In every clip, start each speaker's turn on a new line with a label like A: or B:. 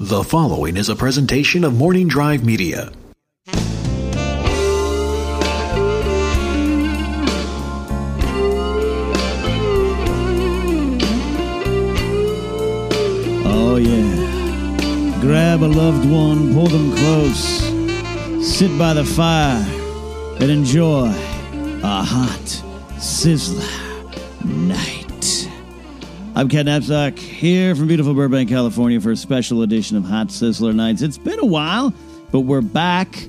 A: The following is a presentation of Morning Drive Media.
B: Oh, yeah. Grab a loved one, pull them close, sit by the fire, and enjoy a hot sizzler night. I'm Ken Napsack here from beautiful Burbank, California for a special edition of Hot Sizzler Nights. It's been a while, but we're back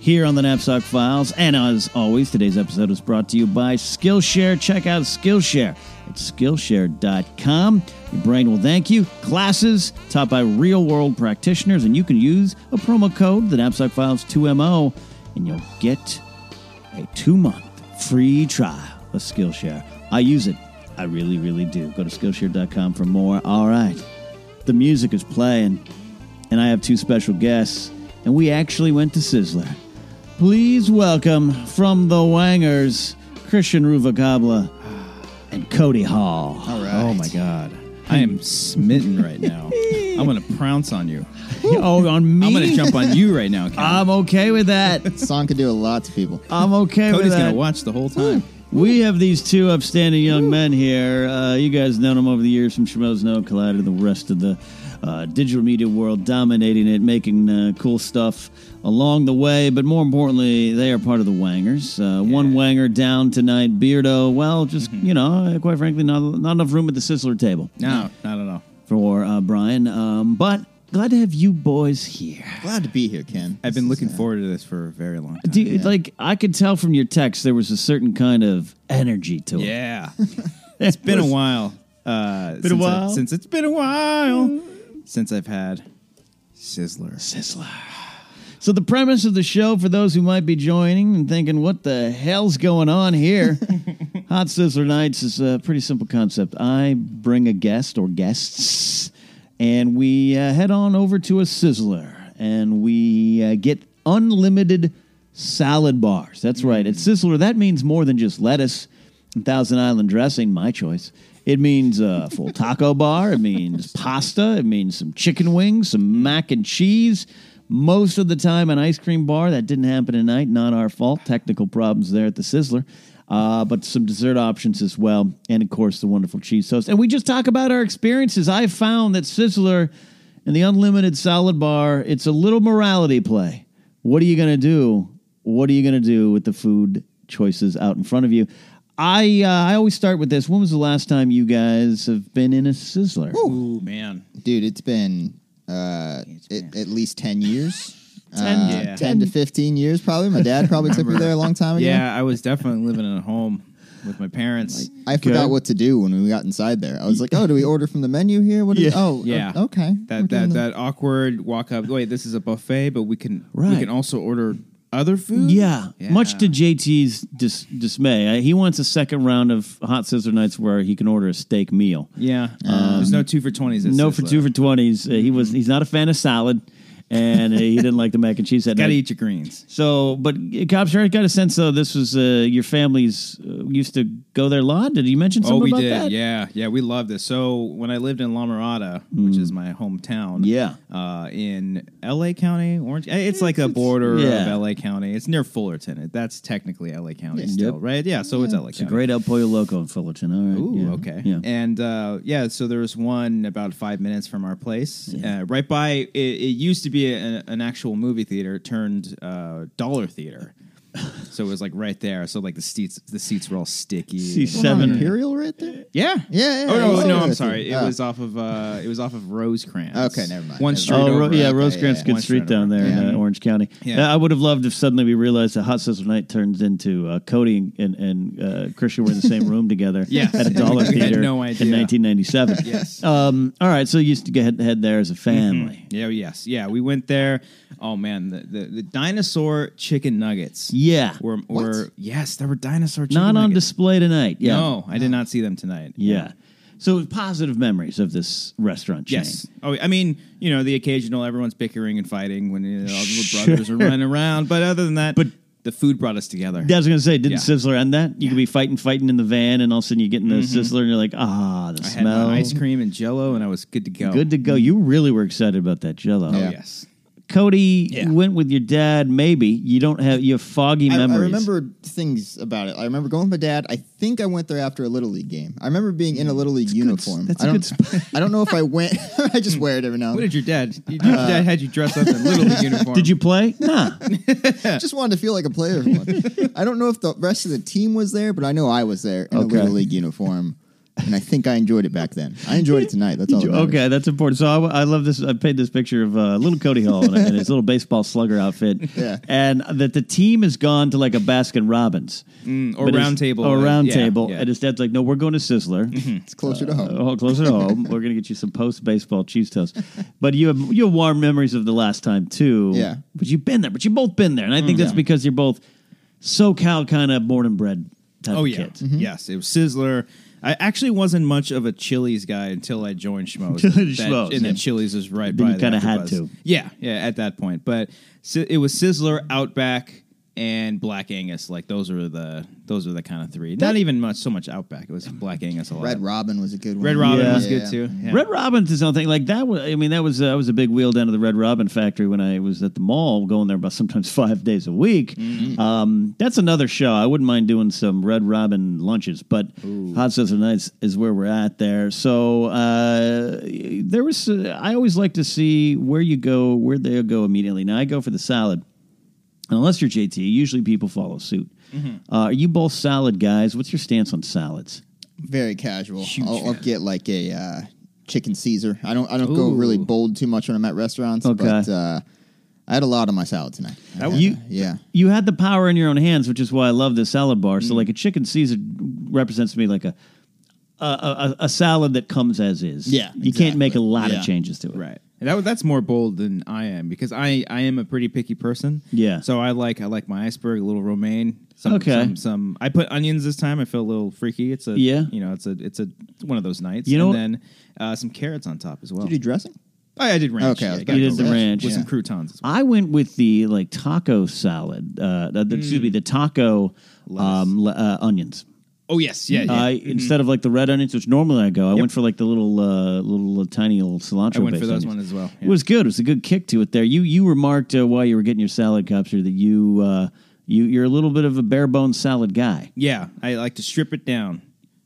B: here on the Knapsack Files. And as always, today's episode is brought to you by Skillshare. Check out Skillshare at Skillshare.com. Your brain will thank you. Classes taught by real world practitioners, and you can use a promo code, the Knapsack Files 2MO, and you'll get a two month free trial of Skillshare. I use it. I really, really do. Go to Skillshare.com for more. All right. The music is playing, and I have two special guests, and we actually went to Sizzler. Please welcome from the Wangers, Christian Ruvagabla and Cody Hall. All right.
C: Oh my god. I am smitten right now. I'm gonna pounce on you.
B: Oh, on me.
C: I'm gonna jump on you right now, Ken.
B: I'm okay with that.
D: song could do a lot to people.
B: I'm okay with
C: Cody's
B: that.
C: gonna watch the whole time.
B: We have these two upstanding young men here. Uh, you guys known them over the years from Schmoes No Collider, and the rest of the uh, digital media world, dominating it, making uh, cool stuff along the way. But more importantly, they are part of the Wangers. Uh, One Wanger down tonight, Beardo. Well, just
C: Mm-hmm.
B: you know, quite frankly, not not enough room at the Sizzler table
C: No, not at all.
B: for uh, Brian. Um, but glad to have you boys here.
D: Glad to be here, Ken.
C: I've
D: This
C: been
D: is,
C: looking
D: uh,
C: forward to this for a very long time.
B: Do you, Like I could tell from your text, there was a certain kind of energy to it.
C: yeah. it's been a while. Uh, been
B: a while? Mm.
C: since it's been a while since I've had Sizzler.
B: Sizzler. So the premise of the show, for those who might be joining and thinking, "What the hell's going on here?" Hot Sizzler Nights is a pretty simple concept. I bring a guest or guests, and we uh, head on over to a sizzler, and we uh, get unlimited salad bars. That's right. At Sizzler, that means more than just lettuce and Thousand Island dressing. My choice. It means a full taco bar. It means pasta. It means some chicken wings, some mac and cheese. Most of the time, an ice cream bar. That didn't happen tonight. Not our fault. Technical problems there at the Sizzler. Uh, but some dessert options as well. And of course, the wonderful cheese toast. And we just talk about our experiences. I found that Sizzler and the unlimited salad bar, it's a little morality play. What are you going to do? What are you going to do with the food choices out in front of you? I uh, I always start with this. When was the last time you guys have been in a sizzler?
C: Ooh man.
D: Dude, it's been uh, at, at least 10 years.
B: 10,
D: Uh,
C: yeah.
D: 10 to 15 years, probably. My dad probably took me there a long
B: Oh,
D: time ago.
C: Yeah, I was definitely living in a home with my parents.
D: I forgot what to do when we got inside there. I was like, "Oh, do we order from the menu here? What? do we- oh,
C: Yeah.
D: o- okay." We're
C: That
D: doing
C: that,
D: the-
C: that awkward walk up. Wait, this is a buffet, but we can
B: Right.
C: we can also order other food.
B: Yeah. Much to
C: Yeah.
B: JT's dis- dismay, I, he wants a second round of hot scissor nights where he can order a steak meal.
C: Yeah. There's no two for 20s. at
B: Um, No for
C: Sizzler.
B: two for twenties. Uh, he was he's not a fan of salad, and uh, he didn't like the mac and cheese. That
C: Gotta
B: night.
C: eat your greens.
B: So, but uh, cops, I got a sense though. This was uh, your family's uh, used to go there a lot. Did you mention something
C: oh, we
B: about
C: did.
B: that?
C: Yeah, yeah, we loved it. So when I lived in La Mirada, which is my hometown,
B: Mm. Yeah.
C: uh, in L.A. County, Orange, eh, it's like a border
B: yeah.
C: of L.A. County. It's near Fullerton. It- That's technically L.A. County still,
B: Yep.
C: right? Yeah, so it's L.A.
B: It's a
C: County.
B: great El Pollo Loco in Fullerton. All right.
C: Ooh,
B: yeah.
C: okay.
B: Yeah.
C: And uh, yeah, so there was one about five minutes from our place, uh, right by. It, it used to be a, an actual movie theater turned uh, dollar theater. so it was like right there. So like the seats, the seats were all sticky.
B: See-
D: Hold on,
B: Seven.
D: Imperial right there?
C: yeah,
D: Yeah, yeah,
C: oh no,
D: yeah,
C: no,
D: yeah.
C: I'm sorry. It
B: Ah.
D: Oh.
C: was off of uh, it was off of Rosecrans.
D: Okay, never mind,
C: One
D: never
C: street
D: mind.
B: Oh,
C: over. uh,
B: Ro- yeah,
D: okay,
B: Rosecrans
D: yeah.
B: good
C: One
B: street
C: street
B: down there in
C: over.
B: uh, Orange County.
C: Yeah.
B: Uh, I would have loved if suddenly we realized that Hot Sizzle Night turns into uh, Cody and, and, and uh, Christian were in the same room together
C: Yes.
B: at a dollar
C: We had
B: theater
C: no
B: in
C: idea.
B: 1997.
C: Yes. Mm-hmm.
B: Um, all right, so you used to get head there as a family.
C: Yeah, yes, yeah. We went there. Oh man, the the, the dinosaur chicken nuggets.
B: Yeah.
C: were, were yes, there were dinosaur chicken
B: Not on
C: nuggets.
B: display tonight. Yeah.
C: No, I did not see them tonight.
B: Yeah. So it was positive memories of this restaurant chain.
C: Yes. Oh, I mean, you know, the occasional everyone's bickering and fighting when you know, all the little brothers are running around. But other than that, but the food brought us together.
B: Yeah, I was gonna say, didn't
C: Yeah. Mm-hmm.
B: Sizzler end that? You could be fighting, fighting in the van, and all of a sudden you get in the Sizzler, and you're like, ah, the
C: I had
B: smell,
C: my ice cream and Jello, and I was good to go.
B: good to go. You really were excited about that Jello.
C: Oh,
D: Yeah.
C: yes.
B: Cody
C: Yeah.
B: you went with your dad. Maybe you don't have you have foggy
D: I, I
B: memories.
D: remember things about it. I remember going with my dad. I think I went there after a little league game. I remember being in a little league uniform.
B: that's
D: I
B: a
D: don't.
B: good spot.
D: I don't know if I went. I just wear it every now. and
C: What
D: then.
C: did your dad? Your dad had you dress up in little league uniform.
B: Did you play?
D: Oh,
B: Nah.
D: I just wanted to feel like a player. For once. I don't know if the rest of the team was there, but I know I was there in
B: Okay.
D: a little league uniform, and I think I enjoyed it back then. I enjoyed it tonight. That's all. that matters.
B: okay, that's important. So I, I love this. I paid this picture of uh, little Cody Hall in, in his little baseball slugger outfit.
D: Yeah.
B: And that the team has gone to like a Baskin Robbins
C: Mm. or
B: But his-
C: round table?
B: Or
C: uh,
B: round
C: yeah,
B: table.
C: yeah. Mm-hmm.
B: And his dad's like, no, we're going to Sizzler.
D: it's closer to
C: Uh,
D: home.
B: Oh, closer to home. We're gonna get you some post baseball cheese toast. But you have you have warm memories of the last time too.
D: Yeah.
B: But you've been there. But you've both been there, and I
C: Mm,
B: think that's because you're both SoCal kind of born and bred type
C: Oh
B: of
C: yeah,
B: kids.
C: yes. It was Sizzler. I actually wasn't much of a Chili's guy until I joined Schmoes.
B: Until
C: That-
B: Schmoes,
C: and
B: yeah.
C: then Chili's is right
B: Then
C: by.
B: you kinda
C: that
B: had
C: was-
B: to.
C: Yeah, yeah. At that point, but si- it was Sizzler, Outback, and Black Angus. Like those are the those are the kind of three. Not even much so much Outback. It was Black Angus a lot.
D: Red Robin was a good one.
C: Red Robin
B: Yeah.
C: was good too. Yeah. Mm-hmm.
B: Red Robin's is something like that. Was, I mean, that was uh, I was a big wheel down to the Red Robin factory when I was at the mall, going there about sometimes five days a week. Um, that's another show. I wouldn't mind doing some Red Robin lunches, but Hot Sizzler Nights is where we're at there. So uh, there was. Uh, I always like to see where you go, where they'll go immediately. Now I go for the salad. And unless you're JT, usually people follow suit. Uh, are you both salad guys? What's your stance on salads?
D: Very casual.
C: Huge
D: I'll, I'll
C: fan.
D: get like a uh, chicken Caesar. I don't. I don't go really
C: Ooh.
D: bold too much when I'm at restaurants.
B: Okay.
D: But uh, I had a lot on my salad tonight. I had,
B: You-
D: uh, yeah.
B: you had the power in your own hands, which is why I love this salad bar.
C: Mm-hmm.
B: So, like a chicken Caesar represents to me like a a, a, a salad that comes as is.
D: Yeah,
B: you can't make a
D: exactly.
B: lot
D: Yeah.
B: of changes to it.
C: Right. And that, that's more bold than I am because I, I am a pretty picky person.
B: Yeah.
C: So I like I like my iceberg, a little romaine. Some,
B: Okay.
C: Some, some I put onions this time. I feel a little freaky. It's a
B: Yeah.
C: You know, it's a it's a it's one of those nights.
B: You know what-
C: and then uh, some carrots on top as well.
D: Did you do dressing?
C: I, I did ranch.
D: Okay, I
C: Yeah,
D: was
C: I
D: about
C: got
B: to say. You
C: a little
B: did the ranch,
C: with
D: yeah.
C: some croutons. As well.
B: I went with the like taco salad. Uh, the, the- Excuse me,
C: Mm.
B: the taco um, le- uh, onions.
C: Oh yes, yeah. yeah.
B: I instead of like the red onions, which normally I go, I went for like the little uh, little tiny little cilantro.
C: I went
B: based
C: for those
B: onions.
C: one as well,
B: It
C: yeah.
B: was good. It was a good kick to it there. You you remarked uh, while you were getting your salad copster that you uh, you you're a little bit of a bare bones salad guy.
C: yeah, I like to strip it down.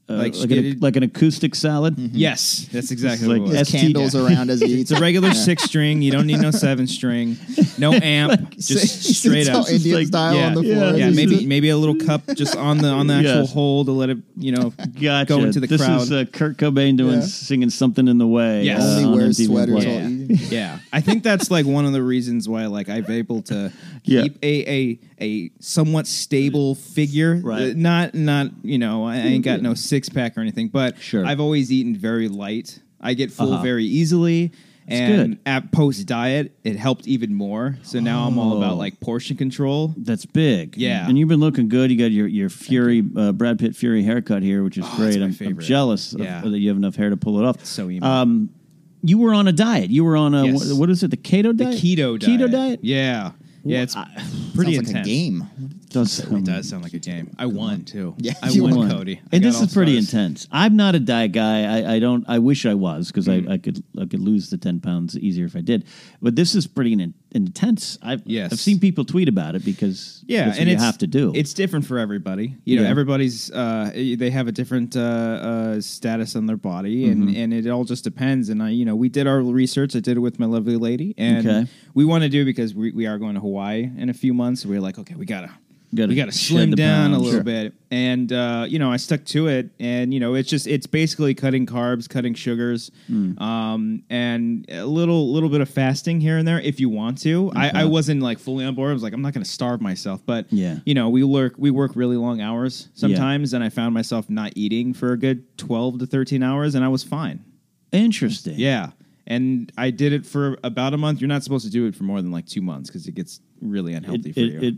C: like
B: Uh,
C: Mm-hmm.
B: like,
C: it-
B: an, like an acoustic salad.
C: yes, that's exactly
B: like
C: what it was.
B: That's tea-
D: Candles
B: yeah.
D: around as you eat.
C: It's a regular six string. You don't need no seven string, no amp, just straight
D: it's all
C: up.
D: Indian
B: like-
D: style on the floor.
C: Yeah,
D: This is
C: maybe maybe a little cup just on the on the actual
B: Yes.
C: hole to let it you know
B: Gotcha.
C: go into the
B: this
C: crowd.
B: is uh, Kurt Cobain doing
D: Yeah.
B: singing something in the way.
C: Yes.
B: uh,
D: Only
B: on
D: wears
B: MTV
D: sweaters
B: Unplugged.
D: all
C: yeah,
D: easy.
C: yeah. I think that's like one of the reasons why like I've able to
B: Yeah.
C: keep a, a a somewhat stable figure.
B: Right.
C: Uh, Not not you know I, I ain't got no six pack or anything, but
B: Sure.
C: I've always eaten very light. I get full
B: Uh-huh.
C: very easily.
B: That's
C: and
B: good.
C: at post diet, it helped even more. So now I'm all
B: Oh.
C: about like portion control.
B: That's big.
C: Yeah.
B: And you've been looking good. You got your, your Fury, uh, Brad Pitt Fury haircut here, which is great.
C: Oh, my
B: I'm- I'm,
C: favorite.
B: jealous of-
C: Yeah.
B: that you have enough hair to pull it off.
C: So emo.
B: um, you were on a diet. You were on a,
C: Yes.
B: what is it, the keto
C: the
B: diet?
C: keto diet.
B: Keto diet?
C: Yeah. Yeah, it's
B: I-
C: pretty
D: sounds
C: intense.
D: like a game.
B: Does sound-
C: It does sound like a game. I won too.
D: Yeah,
C: I
D: you
C: won,
D: won.
C: Cody. I
B: and
C: got
B: this
C: all
B: is pretty
C: stars.
B: intense. I'm not a diet guy. I, I don't. I wish I was because
C: Mm.
B: I, I could I could lose the ten pounds easier if I did. But this is pretty in, intense. I've
C: Yes.
B: I've seen people tweet about it because
C: Yeah,
B: that's what
C: and
B: you
C: it's,
B: have to do.
C: It's different for everybody. You know,
B: Yeah.
C: everybody's uh, they have a different uh, uh, status on their body,
B: Mm-hmm.
C: and, and it all just depends. And I, you know, we did our research. I did it with my lovely lady, and
B: Okay.
C: we want to do because we, we are going to Hawaii in a few months. We are like, okay, we gotta
B: Gotta
C: we got to
B: shed
C: slim
B: the
C: down a
B: pounds.
C: little
B: Sure.
C: bit. And uh, you know, I stuck to it, and you know, it's just it's basically cutting carbs, cutting sugars,
B: Hmm.
C: um, and a little little bit of fasting here and there if you want to. I, I wasn't like fully on board. I was like, I'm not going to starve myself, but
B: Yeah.
C: you know, we work we work really long hours sometimes, and I found myself not eating for a good twelve to thirteen hours, and I was fine.
B: Interesting.
C: Yeah. And I did it for about a month. You're not supposed to do it for more than like two months because it gets really
B: It,
C: unhealthy
B: it,
C: for you.
B: it, it-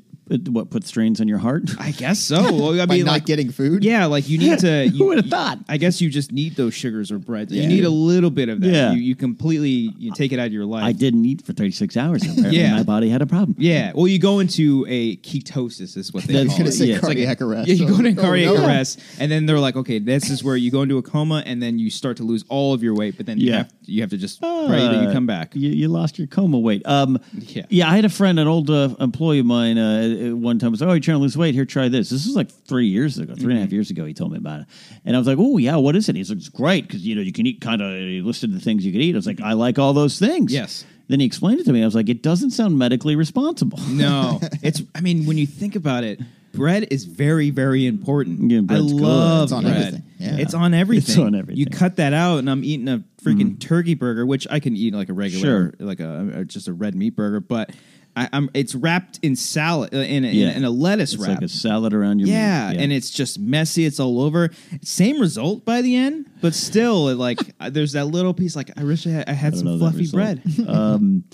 B: what put strains on your heart?
C: I guess so. Well, I
D: By
C: mean,
D: not
C: like,
D: getting food?
C: Yeah, like you need to. You,
B: Who would have thought?
C: I guess you just need those sugars or breads. You
D: Yeah.
C: need a little bit of that.
B: Yeah.
C: You, you completely you take it out of your life.
B: I didn't eat for 36 hours. Apparently
C: Yeah.
B: my body had a problem.
C: Yeah. Well, you go into a ketosis is what they
B: That's
C: call
D: I was gonna
C: it.
D: say
B: Yeah, it's like
D: cardiac arrest.
C: Yeah, you
D: So-
C: go into
D: oh,
C: cardiac
D: no.
C: arrest, and then they're like, okay, this is where you go into a coma, and then you start to lose all of your weight, but then you,
B: Yeah.
C: have, you have to just pray that you
B: Uh,
C: come back.
B: You, you lost your coma weight. Um,
C: Yeah.
B: yeah. I had a friend, an old uh, employee of mine, uh, uh, one time was, "Oh, you're trying to lose weight? Here, try this." This was like three years ago, three and a half
C: Mm-hmm.
B: years ago. He told me about it, and I was like, "Oh, yeah, what is it?" He's like, "It's great because you know you can eat kind of he listed the things you could eat." I was like, "I like all those things."
C: Yes.
B: Then he explained it to me. I was like, "It doesn't sound medically responsible."
C: No, it's. I mean, when you think about it, bread is very, very important.
B: Yeah, bread's
C: I
B: good.
C: love
D: It's on
C: bread.
D: everything. Yeah.
C: It's on everything.
B: It's on everything. Mm.
C: You cut that out, and I'm eating a freaking turkey burger, which I can eat like a regular,
B: Sure.
C: like a or just a red meat burger, but. I, I'm, it's wrapped in salad uh, in, a- in a-
B: Yeah.
C: in a lettuce
B: it's
C: wrap.
B: like a salad around your
C: yeah,
B: meat.
C: and it's just messy. It's all over. Same result by the end, but still, it, like I- there's that little piece. Like I wish I had, I had
B: I
C: some
B: love that
C: fluffy
B: result.
C: bread.
B: um,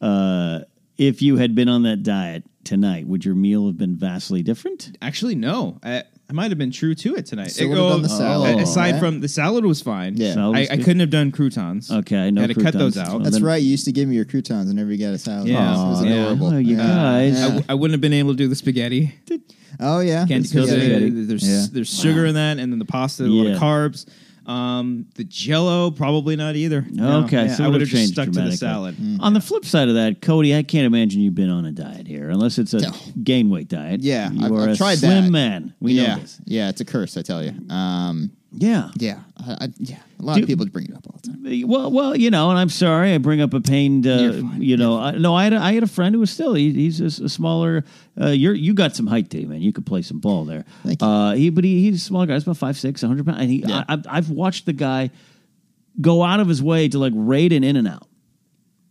B: uh, if you had been on that diet tonight, would your meal have been vastly different?
C: Actually, no. I, I might have been true to it tonight.
D: So what about the salad?
C: aside
D: Yeah.
C: from the salad was fine.
D: Yeah. Salad
C: I,
B: Oh. was
C: I
B: good.
C: couldn't have done croutons.
B: Okay, no
C: had to cut
B: croutons.
C: those out.
D: That's
B: Then-
D: right. You used to give me your croutons and never got a salad.
C: Yeah.
D: it was
C: Aw. Yeah.
D: adorable.
B: Oh, you
D: yeah.
B: guys.
C: I, w- I wouldn't have been able to do the spaghetti.
D: Oh yeah.
C: Can't
D: It's
C: because
D: good.
B: spaghetti.
C: uh, there's
D: Yeah.
C: there's sugar in that, and then the pasta, a lot
B: Yeah.
C: of carbs. Um, the Jello probably not either. No.
B: Okay,
C: Yeah,
B: so
C: I
B: it
C: would have just
B: changed
C: stuck to the
B: dramatically.
C: salad.
D: Mm.
B: On the flip side of that, Cody, I can't imagine you've been on a diet here, unless it's a
D: No.
B: gain weight diet.
D: Yeah,
B: you
D: I've-
B: are
D: I've
B: a
D: tried
B: slim
D: that.
B: man. We
D: yeah.
B: know this.
D: Yeah, it's a curse, I tell you. Um,
B: Yeah.
D: yeah, I, I, yeah. A lot
B: Do-
D: of people bring it up all the time.
B: Well, well, you know, and I'm sorry I bring up a pained, uh, you know, I, no, I had a, I had a friend who was still he, he's a, s- a smaller. Uh, you're you got some height, Dave, man. You could play some ball there.
D: Thank you.
B: Uh, he, but he, he's a small guy. He's about five six, hundred pounds. And he,
D: Yeah.
B: I, I've, I've watched the guy go out of his way to like raid an in and out,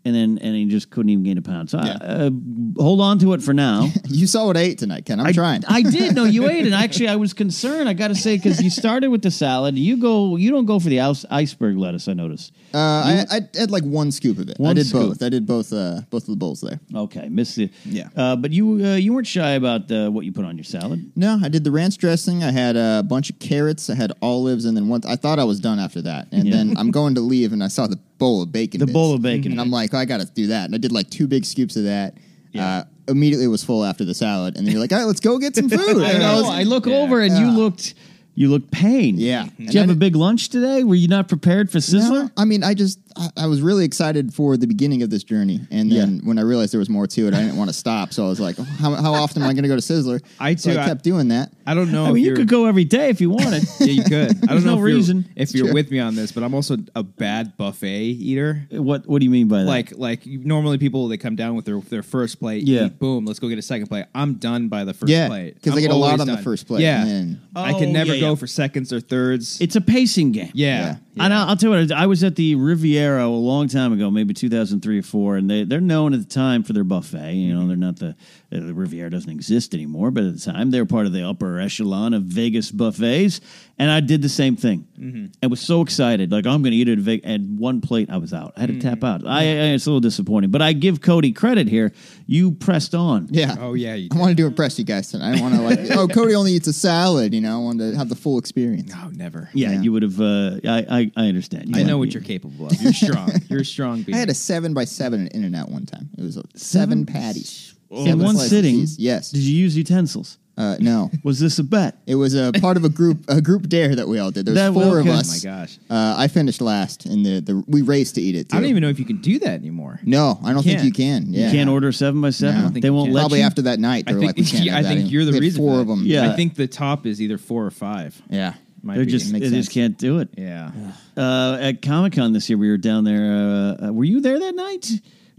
B: and then and he just couldn't even gain a pound. So I, uh, hold on to it for now.
D: You saw what I ate tonight, Ken. I'm
B: I-
D: trying.
B: I did. No, you ate it. Actually, I was concerned. I got to say because you started with the salad. You go. You don't go for the ice- iceberg lettuce. I noticed.
D: uh, I, I had like one scoop of it. I
B: One
D: did
B: scoop.
D: both. I did both. Uh, both of the bowls there.
B: Okay, missed it.
C: Yeah.
B: uh, but you uh, you weren't shy about uh, what you put on your salad.
D: No, I did the ranch dressing. I had a bunch of carrots. I had olives, and then once I thought I was done after that, and
B: Yeah.
D: then I'm going to leave, and I saw the bowl of bacon.
B: The
D: bits.
B: bowl of bacon
D: and I'm
B: bits.
D: like, oh, I got to do that, and I did like two big scoops of that.
B: Yeah.
D: Uh, immediately was full after the salad, and then you're like, all right, let's go get some food. And was-
B: I look over and you looked you looked pained.
D: Yeah.
B: Did you have a big lunch today? Were you not prepared for Sizzler?
D: No, I mean, I just I, I was really excited for the beginning of this journey, and then when I realized there was more to it, I didn't want to stop. So I was like, oh, how, how often am I going to go to Sizzler?
C: I
D: So
C: too,
D: I
C: I-
D: kept doing that.
C: I don't know.
B: I
C: if
B: mean, you
C: you're-
B: could go every day if you wanted.
C: Yeah, you could. I
B: There's
C: don't know
B: no
C: if you're-
B: reason.
C: if you're
D: Sure.
C: with me on this, but I'm also a bad buffet eater.
B: what What do you mean by that?
C: like like you- normally people they come down with their their first plate
B: Yeah.
C: eat, boom let's go get a second plate i'm done by the first
D: Yeah,
C: plate
D: 'cause they
C: I'm
D: get a lot
C: always
D: on the
C: done.
D: first plate,
C: yeah
D: and
C: i
B: Oh,
C: can never
B: yeah,
C: go
B: yeah.
C: for seconds or thirds
B: it's a pacing game.
C: yeah, yeah.
B: And I'll, I'll tell you what, I was at the Riviera a long time ago, maybe 2003 or 4, and they, they're known at the time for their buffet. You know, they're not the, uh, the Riviera doesn't exist anymore, but at the time they were part of the upper echelon of Vegas buffets. And I did the same thing. I was so excited. Like, I'm going to eat it at, Ve- at one plate. I was out. I had to tap out. I, I, it's a little disappointing, but I give Cody credit here. You pressed on.
D: Yeah.
C: oh yeah you
D: I want to do impress you guys tonight. I want to like, oh, Cody only eats a salad. You know, I want to have the full experience.
C: no Oh, never
B: Yeah,
D: Yeah.
B: you would have. Uh, I, I I understand. You
C: i
B: wanna
C: know what
B: be-
C: you're capable of you're strong you're a strong being.
D: I had a seven by seven at In and Out one time. It was uh, seven, patties
B: Oh. in
D: Seven
B: one
D: slices of
B: sitting.
D: cheese. Yes.
B: Did you use utensils?
D: Uh, no.
B: Was this a bet?
D: It was a part of a group a group dare that we all did. There was
B: That-
D: four of
B: okay.
D: us.
C: oh my gosh
D: Uh, I finished last, and the, the we raced to eat it. Too.
C: i don't even know if you can do that anymore
D: No, I don't think
C: Can't.
D: you can. Yeah.
B: You can't order seven by
C: No. I
B: seven.
C: don't think
B: They
C: you
B: won't
C: can.
B: let
D: Probably
B: you.
D: after that night,
C: i
D: they're like,
C: think
D: we can't have
C: i
D: that
C: think
D: anymore.
C: you're the
D: We had
C: reason
D: Four
C: for
D: of
C: that.
D: them.
B: Yeah.
C: i think the top is either four or five
D: yeah.
C: might
B: They're
C: be.
B: just they
D: Makes
B: just
D: sense.
B: can't do it.
C: yeah
B: Uh, at Comic Con this year, we were down there. Uh, uh, were you there that night?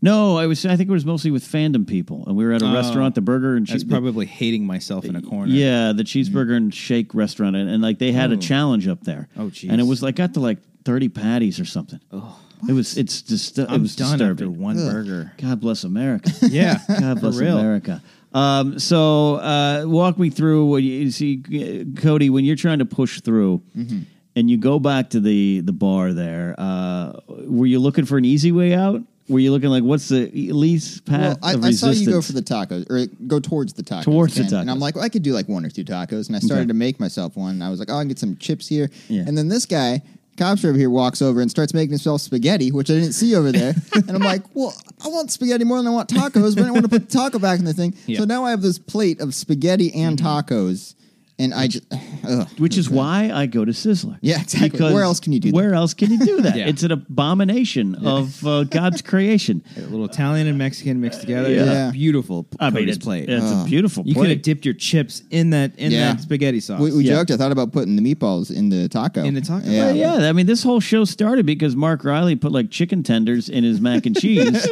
B: No, I was. I think it was mostly with fandom people, and we were at a
C: Oh.
B: restaurant, the burger and
C: I was
B: cheese.
C: probably hating myself in a corner.
B: Yeah, the cheeseburger and shake restaurant, and, and like they had a challenge up there.
C: Oh, jeez.
B: And it was like got to like thirty patties or something. Oh, it was. It's just. it
C: I'm
B: was
C: done
B: disturbing.
C: after one burger.
B: God bless America.
C: Yeah,
B: God bless
C: for real.
B: America. Um, so uh, walk me through what you you see, uh, Cody, when you're trying to push through
C: Mm-hmm.
B: and you go back to the, the bar there, uh, were you looking for an easy way out? Were you looking like what's the e- least
D: Well,
B: path
D: I,
B: of
D: I saw
B: resistance?
D: you go for the tacos or go towards the tacos.
B: Towards the
D: and, And
B: tacos.
D: I'm like, well, I could do like one or two tacos. And I started to make myself one. And I was like, oh, I can get some chips here.
B: Yeah.
D: And then this guy, cops over here, walks over and starts making himself spaghetti, which I didn't see over there. and I'm like, well, I want spaghetti more than I want tacos, but I want to put the taco back in the thing.
C: Yeah.
D: So now I have this plate of spaghetti and tacos. And I just, ugh.
B: Mm-hmm. which is why I go to Sizzler.
D: Mm-hmm. Yeah, exactly. Where else can you do that?
B: Where else can you do that?
C: Yeah.
B: It's an abomination of uh, God's creation.
C: A little Italian and Mexican mixed together.
B: Yeah.
D: Yeah.
C: beautiful.
B: I mean,
C: Cody's
B: it's,
C: plate.
B: it's a beautiful
C: you could have
B: plate.
C: dipped your chips in that in
D: Yeah.
C: that spaghetti sauce.
D: We, we
B: Yeah.
D: joked. I thought about putting the meatballs in the taco.
C: In the taco?
D: Yeah.
B: Well, yeah, I mean, this whole show started because Mark Riley put like chicken tenders in his mac and cheese,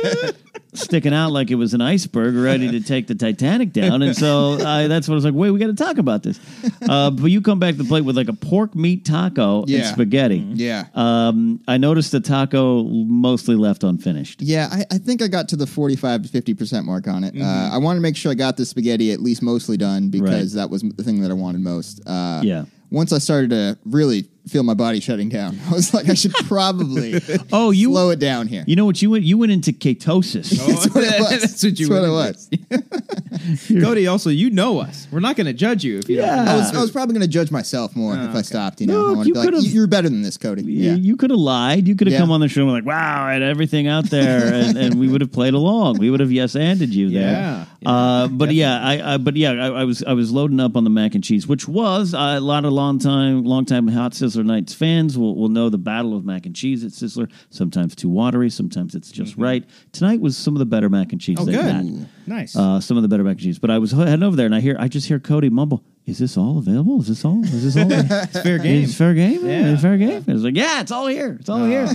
B: sticking out like it was an iceberg, ready to take the Titanic down. And so I, that's what I was like, wait, we got to talk about this. Uh, but you come back to the plate with like a pork meat taco and
D: Yeah.
B: spaghetti.
C: Mm-hmm.
D: Yeah.
B: Um, I noticed the taco mostly left unfinished.
D: Yeah, I, I think I got to the 45 to 50% mark on it.
B: Mm-hmm.
D: Uh, I wanted to make sure I got the spaghetti at least mostly done because that was the thing that I wanted most. Uh,
B: Yeah.
D: Once I started to really feel my body shutting down, I was like, I should probably
B: Oh, you-
D: slow it down here.
B: You know what you went? You went into ketosis.
D: That's what it was.
C: That's what you
D: That's what it
C: really
D: was.
C: Cody, also, you know us. We're not going to judge you if you
B: Yeah.
C: don't.
D: I was, I was probably going to judge myself more if I stopped. You know,
B: Look,
D: I want
B: you
D: to be like,
B: could've-
D: "You- you're better than this, Cody.
B: You-
D: Yeah.
B: You could have lied. You could have
D: Yeah.
B: come on the show and like, wow, I had everything out there, and, and we would have played along. We would have yes anded you there.
C: Yeah.
B: Uh, but yeah, I, I but yeah, I, I was I was loading up on the mac and cheese, which was uh, a lot of long time long time hot Sizzler Nights fans will will know the battle of mac and cheese at Sizzler. Sometimes too watery, sometimes it's just right. Tonight was some of the better mac and cheese.
C: Oh,
B: they've
C: good.
B: had.
C: Nice.
B: Uh, some of the better mac and cheese. But I was heading over there, and I hear I just hear Cody mumble, "Is this all available? Is this all? Is this all? it's
C: fair game.
B: It's fair game.
C: Yeah.
B: It's fair game." I was like, "Yeah, it's all here. It's all here."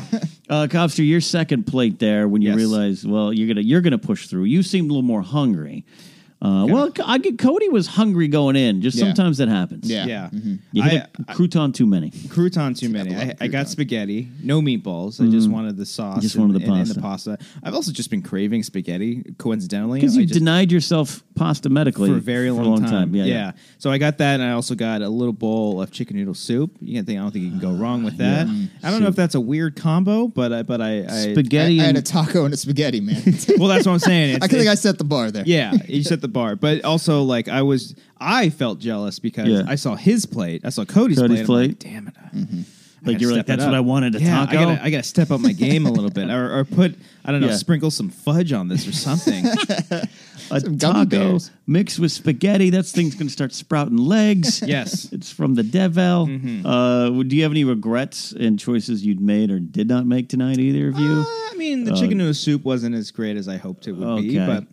B: Uh, Copster, your second plate there. When you
C: Yes.
B: realize, well, you're gonna you're gonna push through. You seemed a little more hungry. Uh, well, I get Cody was hungry going in. Just
D: Yeah.
B: sometimes that happens.
D: Yeah.
C: yeah.
B: you
C: I- uh,
B: hit a crouton too many.
C: crouton too many.
D: I
C: I,
D: love
C: I got
D: crouton.
C: spaghetti, no meatballs. I just wanted the sauce.
B: Just wanted
C: and-
B: the
C: and- and pasta. I've also just been craving spaghetti, coincidentally.
B: Because
C: I
B: you
C: just-
B: denied yourself pasta medically
C: for a very long, time.
B: Yeah, yeah.
C: So I got that, and I also got a little bowl of chicken noodle soup. You can think I don't think you can go wrong with that. I don't know if that's a weird combo, but I but I, I
D: I, I
B: Spaghetti
D: had
B: and
D: a taco and a spaghetti, man.
C: Well, that's what I'm saying.
D: I
C: It's-
D: think I
C: it's-
D: set the bar there.
C: yeah, you set the bar, but also like I was, I felt jealous because
B: Yeah.
C: I saw his plate, I saw Cody's,
B: Cody's
C: plate. Mm-hmm. I'm like,
B: plate.
C: Damn it! I- I
B: Like
C: gotta
B: you're like,
C: step it
B: "That's
C: up."
B: what I wanted, a
C: yeah,
B: taco?
C: I gotta, I gotta step up my game a little bit, or, or put I don't know,
B: Yeah.
C: sprinkle some fudge on this or something.
B: a
D: gummy
B: taco
D: bears.
B: mixed with spaghetti. That thing's going to start sprouting legs.
C: yes, Mm-hmm.
B: It's from the devil. Uh, do you have any regrets and choices you'd made or did not make tonight, either of you?
C: Uh, I mean the chicken noodle soup wasn't as great as I hoped it would
B: okay.
C: be, Uh, but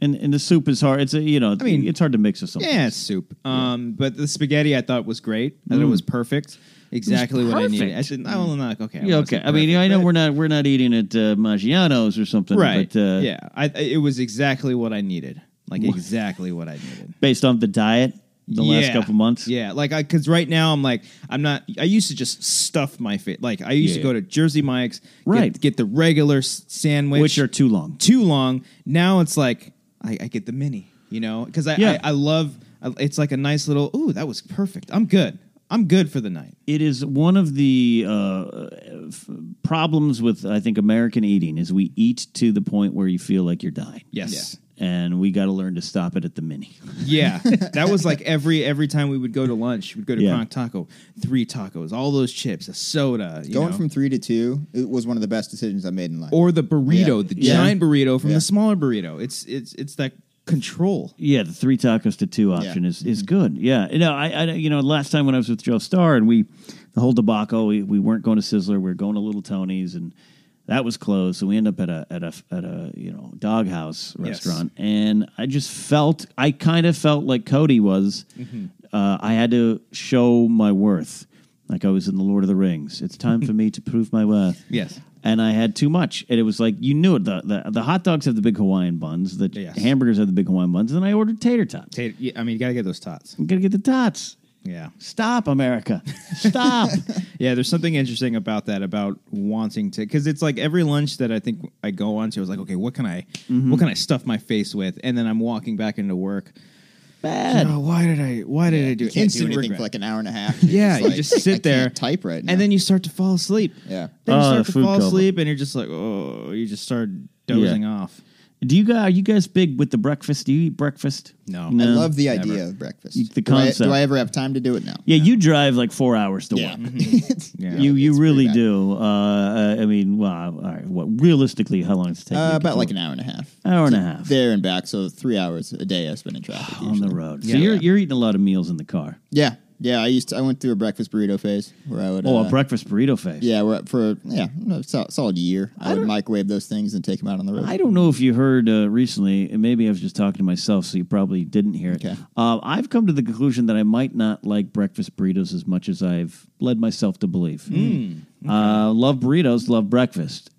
B: and and the soup is hard. It's a you know. I mean,
C: mean-
B: it's hard to mix with something.
C: Yeah, it's soup. Um, but the spaghetti I thought was great. I thought it was perfect. Exactly what I needed. I
B: perfect.
C: should. I will not. Okay. I
B: Yeah,
C: wanna say
B: okay. I mean,
C: perfect,
B: I know
C: but-
B: we're not we're not eating at uh, Maggiano's or something,
C: right.
B: But, uh,
C: yeah, I, I- it was exactly what I needed. Like exactly what I needed.
B: Based on the diet, the last
C: Yeah.
B: couple months.
C: Yeah, like I because right now I'm like I'm not. I used to just stuff my face. Like I used
B: Yeah.
C: to go to Jersey Mike's, get-
B: Right.
C: Get, the regular s- sandwich,
B: which are too long.
C: too long. Now it's like I, I get the mini, you know, because I,
B: Yeah.
C: I I love. I- It's like a nice little. Ooh, that was perfect. I'm good. I'm good for the night.
B: It is one of the uh, f- problems with I think American eating is we eat to the point where you feel like you're dying.
C: Yes.
B: and we got to learn to stop it at the mini.
C: Yeah, that was like every every time we would go to lunch, we'd go to
B: Yeah.
C: Kronk Taco, three tacos, all those chips, a soda, you
D: Going
C: know.
D: from three to two, it was one of the best decisions I made in life.
C: or the burrito,
D: Yeah.
C: the
D: Yeah.
C: giant burrito from
D: Yeah.
C: the smaller burrito. It's it's it's that control.
B: Yeah, the three tacos to two option is is good. Yeah, you know, I, I you know last time when I was with Joe Starr and we the whole debacle, we, we weren't going to Sizzler, we were going to Little Tony's, and that was closed. So we end up at a at a at a you know doghouse
C: Yes.
B: restaurant, and I just felt I kind of felt like Cody was.
C: Mm-hmm.
B: Uh, I had to show my worth, like I was in the Lord of the Rings. It's time for me to prove my worth.
C: Yes.
B: and I had too much. And it was like you knew it. The the, the hot dogs have the big Hawaiian buns. The
C: Yes.
B: hamburgers have the big Hawaiian buns. And then I ordered tater tots.
C: Tater, yeah, I mean, you gotta get those tots.
B: I'm gonna get the tots.
C: Yeah,
B: Stop, America. Stop.
C: yeah. There's something interesting about that, about wanting to, because it's like every lunch that I think I go on to, I was like, okay, what can I,
D: Mm-hmm.
C: what can I stuff my face with? And then I'm walking back into work.
B: Bad.
C: Oh, why did I? Why did I do
D: You can't do
C: instant
D: anything
C: regret?
D: for like an hour and a half. You're
C: yeah, you
D: like,
C: just sit
D: I
C: there,
D: can't type right now.
C: and then you start to fall asleep.
D: Yeah.
B: Oh,
C: then
B: the
C: you start to
B: food
C: fall
B: coma.
C: asleep, and you're just like, oh, you just start dozing off.
B: Do you guys are you guys big with the breakfast? Do you eat breakfast?
C: No.
D: I
C: No.
D: love the
C: never.
D: idea of breakfast.
B: The
D: Do I-
B: concept.
D: Do I, ever have time to do it now?
B: Yeah, you drive like four hours to
D: Yeah.
B: work.
C: Mm-hmm.
D: It's-
C: Yeah.
B: You you
D: it's pretty
B: really
D: bad.
B: do. Uh, uh, I mean, well, all right, what realistically, how long does it take? you
D: Uh,
B: to
D: about
B: get
D: like
B: to
D: an hour and a half.
B: work? hour and a half
D: There and back, so three hours a day I spend in traffic.
B: on the
D: usually.
B: road. So
C: Yeah.
B: you're you're eating a lot of meals in the car.
D: Yeah, yeah. I used to, I went through a breakfast burrito phase where I would.
B: Oh,
D: uh,
B: a breakfast burrito face.
D: Yeah, we're up for yeah no, so, solid year. I, would microwave those things and take them out on the road.
B: I don't know if you heard uh, recently, and maybe I was just talking to myself, so you probably didn't hear it.
D: Okay.
B: Uh, I've come to the conclusion that I might not like breakfast burritos as much as I've led myself to believe.
C: Hmm.
B: Uh, love burritos, love breakfast.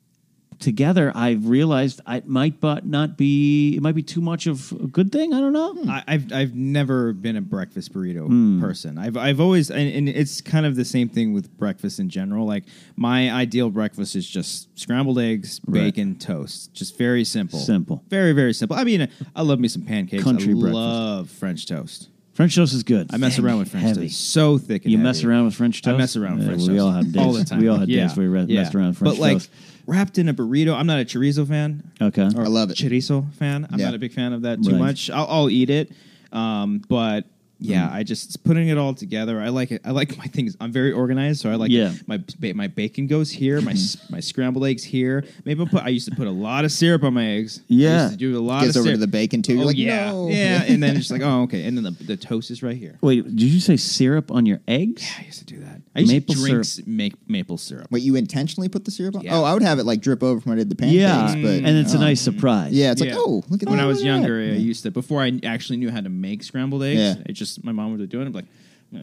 B: Together, I've realized I it might but not be. It might be too much of a good thing. I don't know.
C: I, I've I've never been a breakfast burrito
B: Hmm.
C: person. I've I've always and, and it's kind of the same thing with breakfast in general. Like my ideal breakfast is just scrambled eggs,
B: Right.
C: bacon, toast. Just very simple.
B: Simple.
C: Very very simple. I mean, I love me some pancakes.
B: Country
C: I
B: breakfast.
C: love French toast.
B: French toast is good.
C: I mess around with French
B: Heavy.
C: toast. So thick. And
B: You mess
C: heavy.
B: around with French toast.
C: I mess around with
B: Yeah,
C: French
B: we
C: toast
B: all have days.
C: all the time.
B: We all had
C: yeah.
B: days where we re-
C: yeah.
B: messed around with French
C: But like
B: toast.
C: wrapped in a burrito, I'm not a chorizo fan.
B: Okay.
C: Or
D: I love it.
C: Chorizo fan. I'm
D: Yeah.
C: not a big fan of that too
B: Right.
C: much. I'll, I'll eat it, um, but yeah,
B: Mm.
C: I just putting it all together. I like it. I like my things. I'm very organized, so I like
B: Yeah. Mm-hmm.
C: my ba- my bacon goes here. My s- my scrambled eggs here. Maybe I'll put. I used to put a lot of syrup on my eggs.
B: Yeah.
C: I used to do a lot
D: Gets
C: of
D: over to
C: syrup.
D: the bacon, too.
C: Oh,
D: You're like,
C: yeah,
D: "No."
C: yeah, and then it's like oh okay, and then the, the toast is right here.
B: Wait, did you say syrup on your eggs?
C: I used to do that. I used
B: Maple
C: to drink s- make maple syrup.
D: Wait, you intentionally put the syrup on?
C: Yeah.
D: Oh, I would have it like drip over from when I did the pancakes.
B: Yeah,
D: but
B: and it's a
D: oh.
B: nice surprise.
D: Yeah, it's
C: Yeah.
D: like oh, look at
C: when
D: that.
C: I was
D: look at that.
C: younger, I used to before I actually knew how to make scrambled eggs.
D: Yeah.
C: It just my mom would do it. I'm like, "Yeah."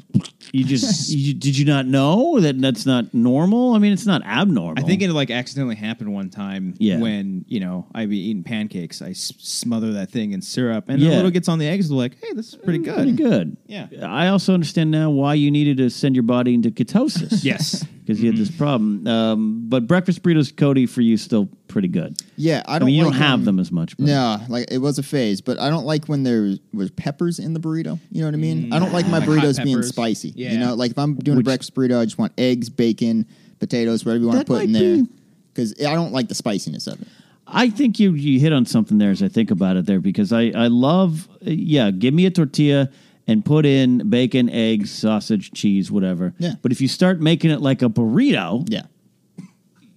B: You just you, did you not know that that's not normal? I mean, it's not abnormal.
C: I think it like accidentally happened one time
B: Oh. Yeah.
C: when you know I'd be eating pancakes. I s- smother that thing in syrup, and
B: Yeah. Mm,
C: the little gets on the eggs. They're like, hey, this is pretty good.
B: pretty good.
C: Yeah.
B: I also understand now why you needed to send your body into ketosis.
C: Yes.
B: because you had
D: Mm-hmm.
B: this problem. Um, but breakfast burritos, Cody, for you still pretty good.
D: Yeah, I
B: I,
D: don't.
B: mean, you
D: like
B: don't have them
D: when-
B: as much. But
D: No, like it was a phase, but I don't like when there was- was peppers in the burrito. You know what I mean? I don't like my
C: Mm, Like hot
D: burritos being
C: peppers.
D: spicy. You
C: Yeah.
D: know, like if I'm doing
B: Which-
D: a breakfast burrito, I just want eggs, bacon, potatoes, whatever you want to
B: That
D: put in
B: might
D: there,
B: be-
D: because I don't like the spiciness of it.
B: I think you you hit on something there as I think about it there because I I love yeah give me a tortilla and put in bacon eggs sausage cheese whatever
D: Yeah.
B: but if you start making it like a burrito
D: Yeah,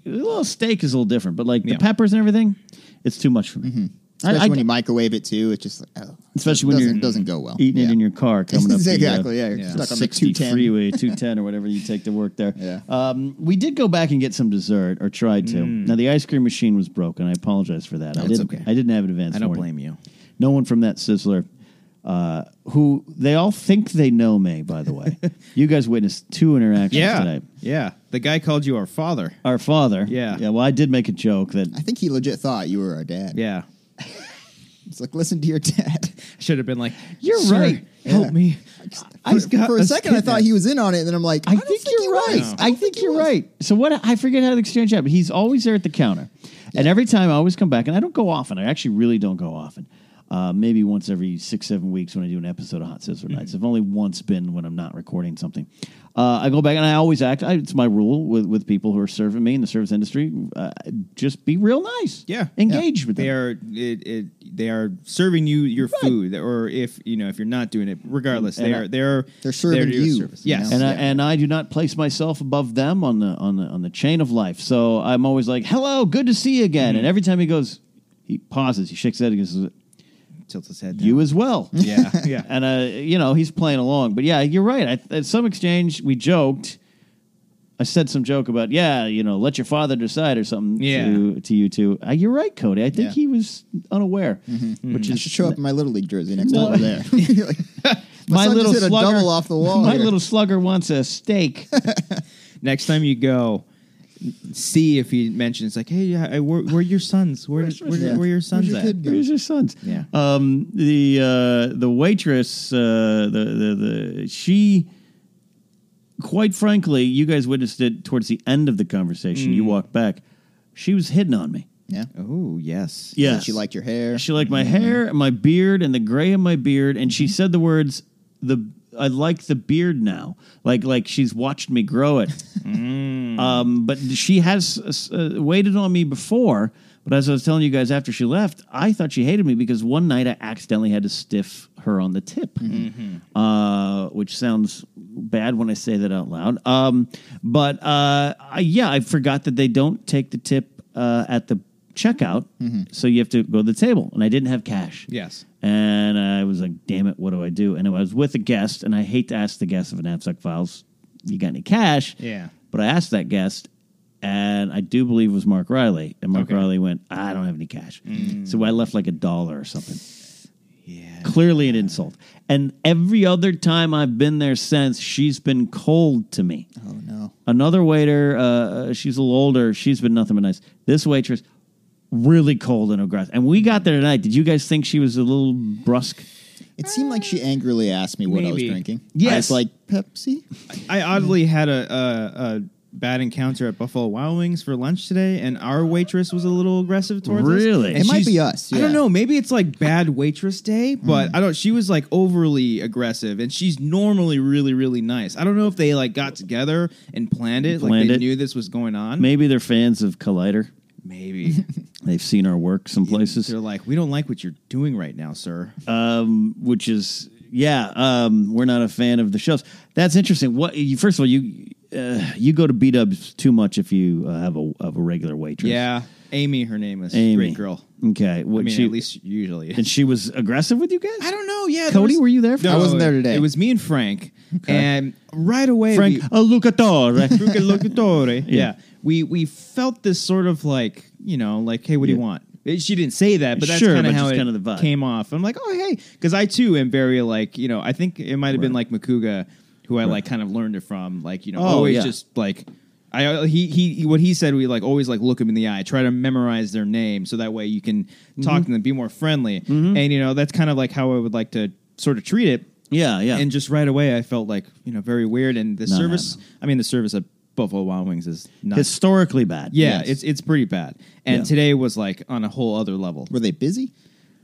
B: a little steak is a little different, but like
C: Yeah.
B: the peppers and everything, it's too much for me. I-
D: Mm-hmm. especially
B: I-
D: when you microwave it too. It's just like, oh,
B: Especially when
D: doesn't,
B: you're
D: doesn't go well.
B: eating
D: Yeah.
B: it in your car coming up the, uh,
D: exactly. yeah, you're
C: yeah.
D: stuck on the
B: 60
D: two ten.
B: freeway, 210 or whatever you take to work there.
D: Yeah.
B: Um, we did go back and get some dessert or tried to. Now the ice cream machine was broken. I apologize for that. I
D: it's
B: didn't
D: Mm. okay.
B: I didn't have an advance
C: I don't
B: warning.
C: blame you.
B: No one from that Sizzler uh, who they all think they know me, by the way. you guys witnessed two interactions
C: Yeah,
B: tonight.
C: yeah. The guy called you our father.
B: Our father.
C: Yeah.
B: Yeah. Well, I did make a joke that
D: I think he legit thought you were our dad.
C: Yeah,
D: it's like listen to your dad.
C: should have been like,
B: You're
C: "Sir,
B: right."
C: Help
D: Yeah.
C: me.
D: For,
C: I've got
D: for a
C: us
D: second, I thought
C: kidnapped.
D: he was in on it, and then I'm like, I,
B: I,
D: don't
B: think, you're
D: he
B: right.
D: was.
B: I think you're right. So what? I forget how the exchange happened. He's always there at the counter, and every time I always come back, and I don't go often. I actually really don't go often. Uh, maybe once every six, seven weeks when I do an episode of Hot Sizzler Nights. I've only once been when I'm not recording something. Uh, I go back and I always act. I, it's my rule with, with people who are serving me in the service industry. Uh, just be real nice.
C: Yeah.
B: engage with them.
C: They are it, it, they are serving you your food, or if you know if you're not doing it, regardless,
B: And
C: they
B: I-
C: are they are
D: They're serving
C: there to do
D: you,
C: service.
D: you
C: Yes,
D: know?
B: and I,
D: Yeah.
B: and I do not place myself above them on the on the on the chain of life. So I'm always like, "Hello, good to see you again." And every time he goes, he pauses, he shakes his head, and goes,
C: tilts his head. Down.
B: "You as well."
C: yeah, yeah.
B: and uh, you know he's playing along. But yeah, you're right. I, at some exchange, we joked. I said some joke about yeah, you know, let your father decide or something.
C: Yeah.
B: to, to you two. Uh, you're right, Cody. I think
D: Yeah.
B: he was unaware, which
D: I
B: is
D: should show up in my little league jersey next
B: No.
D: time we're there. You're like,
B: my
D: son just
B: little
D: hit a
B: slugger
D: Mm-hmm. double off the wall
B: My
D: here."
B: little slugger wants a steak.
C: Next time you go, see if he mentions like, hey, yeah, I, where, where are your sons? Where, where,
D: yeah.
C: where are your sons
D: Where's your
C: at?
D: kid go?
B: Where's your sons?
C: Yeah.
B: Um, the uh, the waitress, uh, the, the the she. Quite frankly, you guys witnessed it towards the end of the conversation. You walked back. She was hitting on me.
D: Yeah.
C: Oh yes,
B: Yes.
D: She liked your hair.
B: She liked my hair and my beard and the gray of my beard, and she said the words the I like the beard now, like like she's watched me grow it. Um, but she has uh, waited on me before. But as I was telling you guys after she left, I thought she hated me because one night I accidentally had to stiff her on the tip, uh, which sounds bad when I say that out loud. Um, but uh, I, yeah, I forgot that they don't take the tip uh, at the checkout, so you have to go to the table, and I didn't have cash.
C: Yes.
B: And I was like, damn it, what do I do? And I was with a guest, and I hate to ask the guest of an AppSec Files, you got any cash?
C: Yeah.
B: But I asked that guest, and I do believe it was Mark Riley. And Mark
C: Okay. Mm.
B: Riley went, I don't have any cash. So I left like a dollar or something.
C: yeah.
B: Clearly an insult. And every other time I've been there since, she's been cold to me.
C: Uh-huh.
D: oh no.
B: Another waiter, uh, she's a little older. She's been nothing but nice. This waitress, really cold and aggressive. And we got there tonight. Did you guys think she was a little brusque?
D: It seemed like she angrily asked me what I was
C: Maybe.
D: drinking. I
B: Ah. Yes.
D: was like Pepsi.
C: I oddly had a, a, a bad encounter at Buffalo Wild Wings for lunch today, and our waitress was a little aggressive towards us.
B: Really?
C: And
D: It might
C: she's-
D: be us,
C: I don't
D: yeah.
C: know. Maybe it's like bad waitress day,
B: Mm.
C: but I don't. She was like overly aggressive, and she's normally really, really nice. I don't know if they like got together and planned it, like
B: Planned
C: they
B: it.
C: knew this was going on.
B: Maybe they're fans of Collider.
C: Maybe.
B: They've seen our work some places,
C: They're like, we don't like what you're doing right now, sir.
B: Uh, which is yeah. Um, we're not a fan of the shows. That's interesting. What you, first of all, you uh, you go to B Dubs too much if you uh, have a have a regular waitress.
C: yeah, Amy, her name is
B: Amy.
C: great girl.
B: Okay. What
C: I mean,
B: she
C: at least usually.
B: and she was aggressive with you guys.
C: I don't know. Yeah, there
B: Cody,
C: was-
B: were you there? For
D: I wasn't there today.
C: It was me and Frank, and right away,
B: Frank Oh,
C: we-
B: a Lucatore.
C: Truque locutore.
B: Yeah.
C: Yeah. We we felt this sort of like, you know, like, hey, what do you
B: Yeah.
C: want? It- She didn't say that, but that's
B: Sure,
C: kind of
B: but
C: how
B: just
C: it
B: kinda the vibe.
C: came off. I'm like, oh, hey, because I too am very like, you know, I think it might have been like Makuga, who I like kind of learned it from, like, you know,
B: Oh,
C: always
B: yeah.
C: just like. I, uh, he, he what he said we like always like look him in the eye try to memorize their name so that way you can
B: Mm-hmm.
C: talk to them be more friendly and you know that's kind of like how I would like to sort of treat it
B: yeah, yeah.
C: and just right away, I felt like you know very weird. And the
B: No, no,
C: service, I mean, the service at Buffalo Wild Wings is not.
B: Historically bad.
C: yeah,
B: Yes.
C: it's it's pretty bad. And
B: Yeah.
C: today was like on a whole other level.
D: Were they busy?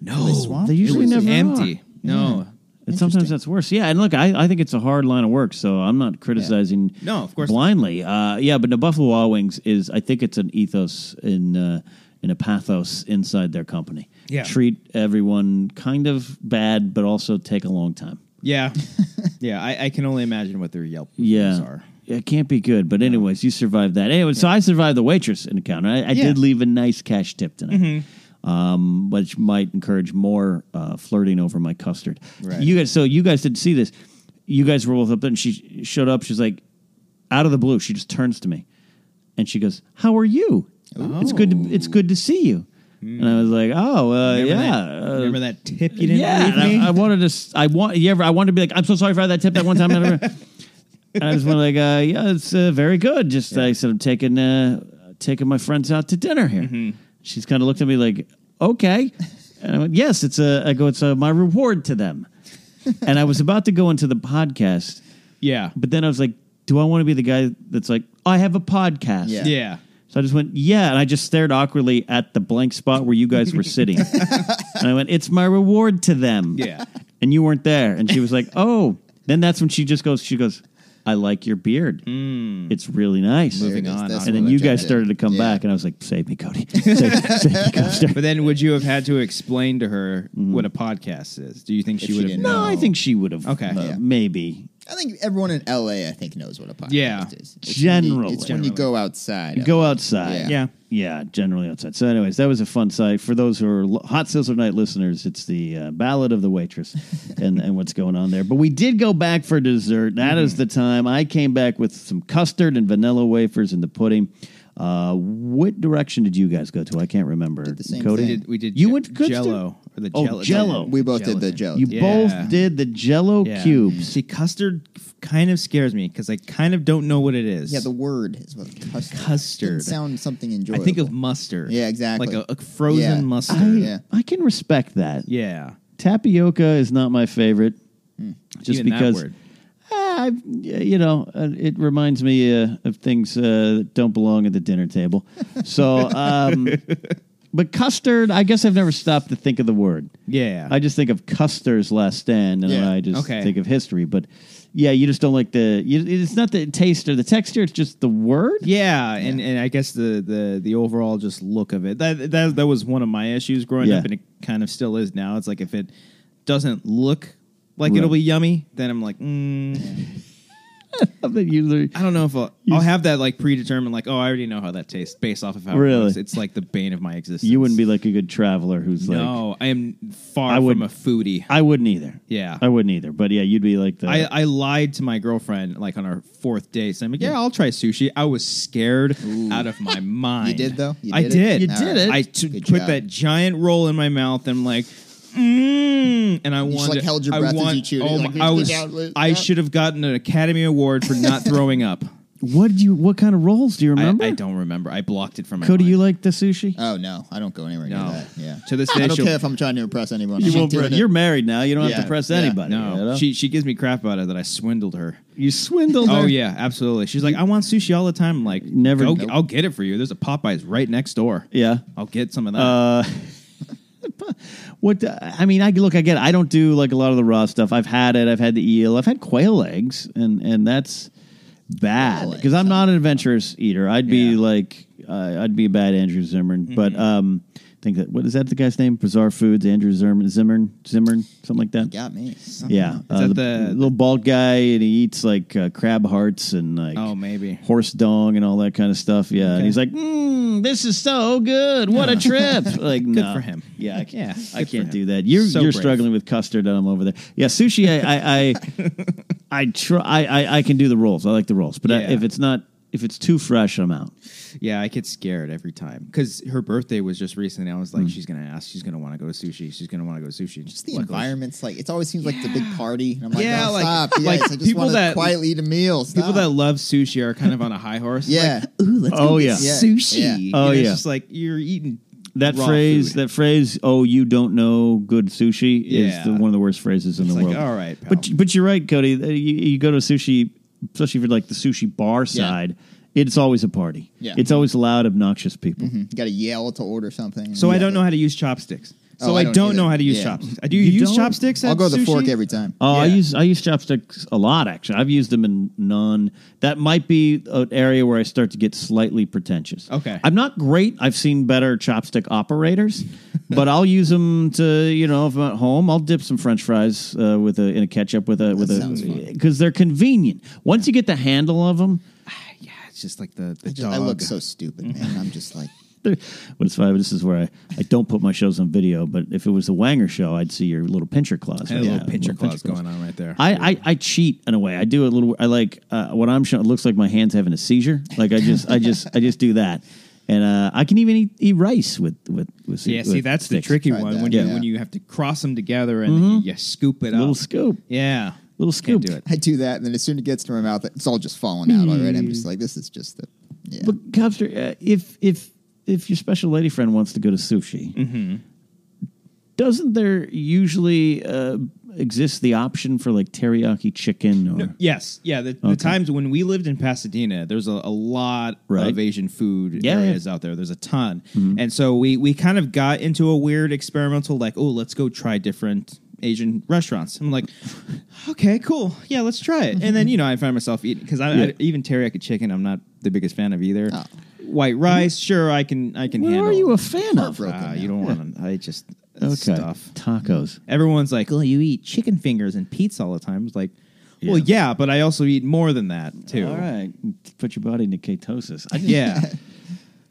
C: No,
D: they swamped?
B: They
C: it
B: usually
C: was
B: never
C: empty.
B: are.
C: No,
B: And sometimes that's worse. Yeah, and look, I, I think it's a hard line of work, so I'm not criticizing.
C: No, of course not.
B: blindly. Uh, yeah, but the Buffalo Wild Wings is, I think it's an ethos in uh, in a pathos inside their company.
C: Yeah.
B: treat everyone kind of bad, but also take a long time.
C: yeah, yeah. I, I can only imagine what their Yelp
B: Yeah.
C: reviews are.
B: It can't be good, but anyways, you survived that. Anyway, so I survived the waitress encounter. I, I
C: Yeah. Mm-hmm.
B: did leave a nice cash tip tonight, um, which might encourage more uh, flirting over my custard.
C: Right.
B: You guys, so you guys didn't see this. You guys were both up there, and she showed up. She's like, out of the blue, she just turns to me, and she goes, "How are you?
C: Oh.
B: It's good. To, it's good to see you." And I was like, "Oh, uh,
C: Remember
B: yeah."
C: that,
B: uh,
C: remember that tip you didn't
B: yeah,
C: leave
B: and
C: me?
B: I, I wanted to. s- I want. You ever? I wanted to be like, I'm so sorry for that tip that one time. and I was more like, uh, yeah, it's uh, very good. Just I said, I'm taking uh, taking my friends out to dinner here.
C: Mm-hmm.
B: She's kind of looked at me like, okay, and I went, yes, it's a. I go, it's uh my reward to them. and I was about to go into the podcast,
C: yeah,
B: but then I was like, do I want to be the guy that's like, I have a podcast?
D: Yeah.
C: yeah.
B: So I just went, yeah, and I just stared awkwardly at the blank spot where you guys were sitting. and I went, it's my reward to them.
C: Yeah.
B: And you weren't there. And she was like, oh. Then that's when she just goes, she goes, I like your beard. It's really nice.
D: Moving
C: on,
D: That's
C: on.
B: And then
D: what
B: you
D: I tried
B: guys
D: to-
B: started to come
D: Yeah.
B: back, and I was like, save me, Cody. Save, save me, Cody.
C: But then, would you have had to explain to her
B: Mm-hmm.
C: what a podcast is? Do you think she
D: she
C: would have?
D: didn't
B: No,
D: know.
B: I think she would have.
C: Okay.
B: uh,
C: Yeah.
B: Maybe.
D: I think everyone in LA, I think, knows what a podcast
C: Yeah.
D: is. when
B: Generally.
D: you, it's when you go outside.
B: Go outside.
D: Yeah.
C: Yeah.
B: Yeah, generally outside. So, anyways, that was a fun site. For those who are l- Hot Sizzler Night listeners, it's the uh, Ballad of the Waitress and, and what's going on there. But we did go back for dessert. That
C: Mm-hmm.
B: is the time. I came back with some custard and vanilla wafers in the pudding. Uh, what direction did you guys go to? I can't remember.
D: the same
B: Cody?
D: thing.
C: We did- we did
B: you
C: Je-
B: went custard?
C: Jell-O or the
B: Oh,
C: gel-
B: Jell-O.
D: We both did the
C: Gelatin.
D: Jell-O.
B: You
C: Yeah.
B: both did the Jello
C: Yeah.
B: cubes.
C: See, custard f- kind of scares me because I kind of don't know what it is.
D: Yeah, the word is what custard.
C: Custard.
D: Doesn't sound something
C: I
D: enjoyable.
C: think of mustard.
D: Yeah, exactly.
C: Like a, a frozen
D: Yeah. Oh,
C: mustard.
B: I,
D: Yeah.
B: I can respect that.
C: yeah.
B: Tapioca is not my favorite, just
C: Hmm. Even that
B: because.
C: word.
B: Ah, I've- you know, uh, it reminds me uh, of things uh, that don't belong at the dinner table. So, um, but custard, I guess I've never stopped to think of the word.
C: Yeah.
B: I just think of Custer's Last Stand, and
D: Yeah,
B: I just
C: okay.
B: think of history. But yeah, you just don't like the. You, it's not the taste or the texture; it's just the word.
C: yeah, and, and I guess the, the the overall just look of it that that that was one of my issues growing
B: Yeah.
C: up, and it kind of still is now. It's like if it doesn't look like
B: Right.
C: it'll be yummy, then I'm like, mm,
B: I think you-
C: I don't know if I'll, I'll have that like predetermined. Like, oh, I already know how that tastes based off of how
B: Really?
C: it looks. It's like the bane of my existence.
B: you wouldn't be like a good traveler who's like.
C: No, I am far
B: I
C: from
B: would-
C: a foodie.
B: I wouldn't either.
C: Yeah.
B: I wouldn't either. But yeah, you'd be like the.
C: I, I lied to my girlfriend like on our fourth date. So I'm like, yeah, I'll try sushi. I was scared out of my mind.
D: did, though? You
C: I
D: did
C: did.
D: it? You
C: I
D: did it?
C: I t-
D: Good
C: put
D: job.
C: that giant roll in my mouth and like, mmm, and I
D: just,
C: wanted.
D: like, held your
C: I
D: breath as
C: want-
D: you chewed it,
C: Oh,
D: like,
C: my- I was.
D: get out with-
C: I should have gotten an Academy Award for not throwing up.
B: what did you? What kind of rolls do you
C: I,
B: remember?
C: I don't remember. I blocked it from my.
B: Cody,
C: mind.
B: you like the sushi?
D: Oh no, I don't go anywhere near
C: No.
D: that. Yeah.
C: To this
D: I
C: day,
D: don't
C: she'll-
D: care if I'm trying to impress anyone. I'm not doing it.
B: You're married now. You don't have
D: Yeah,
B: to press
D: yeah.
B: anybody.
C: No,
B: you know?
C: she she gives me crap about it that I swindled her.
B: you swindled.
C: Oh
B: her.
C: yeah, absolutely. She's like, I want sushi all the time. I'm like,
B: Never-
C: go-
B: Nope.
C: I'll get it for you. There's a Popeyes right next door.
B: yeah.
C: I'll get some of that.
B: Uh, what the- I mean, I look. I get. I don't do like a lot of the raw stuff. I've had it. I've had the eel. I've had quail eggs, and and that's bad because I'm not an adventurous eater. I'd be
C: Yeah.
B: like, uh, I'd be a bad Andrew Zimmern.
C: Mm-hmm.
B: But um, I think that what is that the guy's name? Bizarre Foods, Andrew Zimmern, Zimmern, Zimmern, something like that.
D: got me.
B: Yeah, uh,
C: that
B: the,
C: the-
B: little bald guy, and he eats like uh, crab hearts and like
C: Oh, maybe.
B: horse dong and all that kind of stuff. Yeah, and he's like, mm, "This is so good! What a trip!" Like, good
C: for him.
B: Yeah, I can't,
C: Yeah,
B: I
C: good for
B: can't
C: him.
B: do that. You're
C: So
B: you're
C: brave.
B: struggling with custard, and I'm over there. Yeah, sushi. I I I, I try. I, I I can do the rolls. I like the rolls, but I,
C: Yeah.
B: if it's not if it's too fresh, I'm out.
C: yeah, I get scared every time because her birthday was just recently. I was like, she's gonna ask. She's gonna want to go to sushi. She's gonna want to go to sushi.
D: Just the environment's like it always seems like the big party. And I'm like,
C: Yeah,
D: oh,
C: like-
D: stop. Yeah,
C: like
D: it's I just
C: people
D: want to
C: that-
D: quietly eat a meal.
C: People
D: Stop.
C: that love sushi are kind of on a high horse.
D: yeah,
B: Oh yeah,
D: Yeah.
C: sushi.
D: Yeah.
C: You
B: Oh,
C: know,
B: yeah.
C: It's just like you're eating
B: that
C: raw
B: phrase.
C: food.
B: That phrase. Oh, you don't know good sushi is
C: Yeah.
B: the, one of the worst phrases in
C: It's
B: the
C: like,
B: world.
C: all right, pal.
B: But but you're right, Cody. You, you go to a sushi, especially if you're like the sushi bar
D: Yeah.
B: side. It's always a party.
D: Yeah. Mm-hmm.
B: It's always loud, obnoxious people.
D: you got to yell to order something.
C: so I
D: Yeah.
C: don't know how to use chopsticks. So
D: Oh, I
C: I,
D: don't
C: don't,
D: either.
C: know how to use
D: Yeah.
C: chopsticks. I do
B: You
C: use
B: don't?
C: chopsticks.
D: I'll
C: at
D: go the fork
C: sushi?
D: every time.
B: Oh, I
C: Yeah.
B: use I use chopsticks a lot. Actually, I've used them in non. That might be an area where I start to get slightly pretentious.
C: Okay.
B: I'm not great. I've seen better chopstick operators, but I'll use them to you know if I'm at home, I'll dip some French fries uh, with a in a ketchup with a with
D: sounds
B: a because they're convenient. Once you get the handle of them,
C: Yeah, it's just like the the
D: I, just,
C: dog.
D: I look so stupid, man. I'm just like,
B: There- But it's fine. This is where I, I don't put my shows on video. But if it was the Wanger show, I'd see your little pincher claws.
C: Had a
B: right
C: little
B: now,
C: pincher claws going on right there.
B: I, I, I cheat in a way. I do a little. I like uh, what I'm showing. It looks like my hands having a seizure. Like I just I just I just do that, and uh, I can even eat, eat rice with with, with se-
C: yeah, see,
B: with
C: that's
B: sticks.
C: the tricky
D: Tried
C: one
D: that,
C: when
D: yeah.
C: you when you have to cross them together and you, you scoop it up.
B: little scoop.
C: Yeah,
B: Little scoop.
C: Can't do it.
D: I do that, and then as soon as it gets to my mouth, it's all just falling out already. I'm just
C: Hmm.
D: like, this is just the. Yeah.
B: But Copster, uh, if if if your special lady friend wants to go to sushi, doesn't there usually uh, exist the option for like teriyaki chicken or?
C: Yes, yeah. The, the times when we lived in Pasadena, there's a, a lot
B: Right.
C: of Asian food
B: Yeah, Mm-hmm. yeah.
C: areas out there. There's a ton, and so we we kind of got into a weird experimental, like, oh, let's go try different Asian restaurants. I'm like, okay, cool, yeah, let's try it. And then you know, I find myself eating because I, I-
B: Mm-hmm. Yeah.
C: even teriyaki chicken, I'm not the biggest fan of either.
D: Oh.
C: White rice, sure, I can I can
B: Where
C: handle.
B: are you a fan of?
D: Heartbroken.
C: Ah,
D: now.
C: you don't want to. I just it's stuff.
B: Tacos.
C: Everyone's like, "Oh, you eat chicken fingers and pizza all the time." It's like, well, yeah, but I also eat more than that too.
B: All right. Put your body into ketosis. I just,
C: Yeah,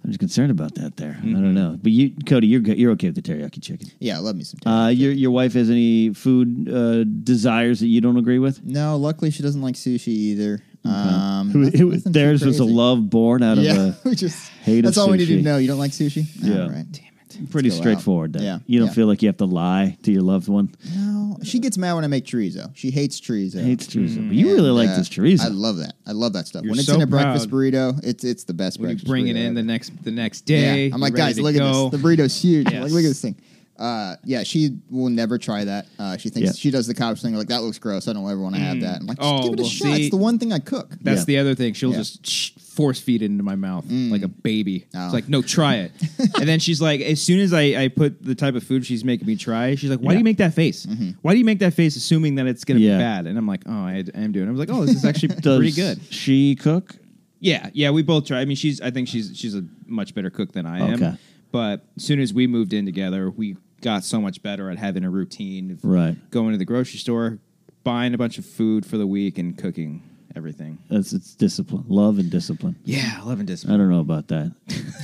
B: I'm just concerned about that there. I don't know. But you, Cody, you're, good- you're okay with the teriyaki chicken.
D: Yeah, love me some.
B: Uh, your, your wife has any food uh, desires that you don't agree with?
D: no, luckily she doesn't like sushi either. Um,
B: Who-
D: nothing-
B: who-
D: nothing too
B: theirs was a
D: crazy.
B: love born out
D: Yeah,
B: of
D: we
B: a
D: just
B: hate of
D: that's all we need
B: sushi.
D: to know. You don't like sushi?
B: Yeah.
D: All right.
C: damn it. out.
B: Pretty
D: go out.
B: straightforward. Then.
D: Yeah,
B: You don't
D: yeah.
B: feel like you have to lie to your loved one.
D: No, she gets mad when I make chorizo. She hates chorizo.
B: Hates chorizo. but you really like
D: Yeah.
B: this chorizo.
D: Mm, uh, I love that. I love that stuff.
C: You're
D: when it's
C: so
D: in a breakfast
C: proud.
D: burrito, it's it's the best
C: When you
D: breakfast.
C: bring it
D: burrito
C: in
D: ever.
C: the next the next
D: Yeah.
C: day.
D: I'm like,
C: you're ready
D: guys,
C: to
D: look
C: go.
D: at this. The burrito's huge.
C: Yes.
D: Like, look at this thing. Uh, yeah, she will never try that. Uh, she thinks
B: Yeah.
D: she does the cops thing. Like that looks gross. I don't ever want to have that. I'm like, just
C: Oh,
D: give it a
C: well,
D: shot.
C: see-
D: it's the one thing I cook.
C: That's
B: Yeah.
C: the other thing. She'll
D: Yeah.
C: just sh- force feed it into my mouth like a baby.
D: Oh.
C: It's like, no, try it. and then she's like, as soon as I, I put the type of food she's making me try, she's like, why do
B: Yeah.
C: you make that face?
D: Mm-hmm.
C: Why do you make that face assuming that it's going to
B: Yeah.
C: be bad? And I'm like, oh, I, I am doing it. I was like, oh, this is actually
B: Does
C: pretty good.
B: She cook.
C: Yeah, yeah, we both try. I mean, she's I think she's she's a much better cook than I am.
B: Okay.
C: But as soon as we moved in together, we got so much better at having a routine of
B: Right.
C: going to the grocery store, buying a bunch of food for the week and cooking everything.
B: That's it's discipline, love and discipline.
C: Yeah, love and
B: I
C: discipline.
B: don't know about that.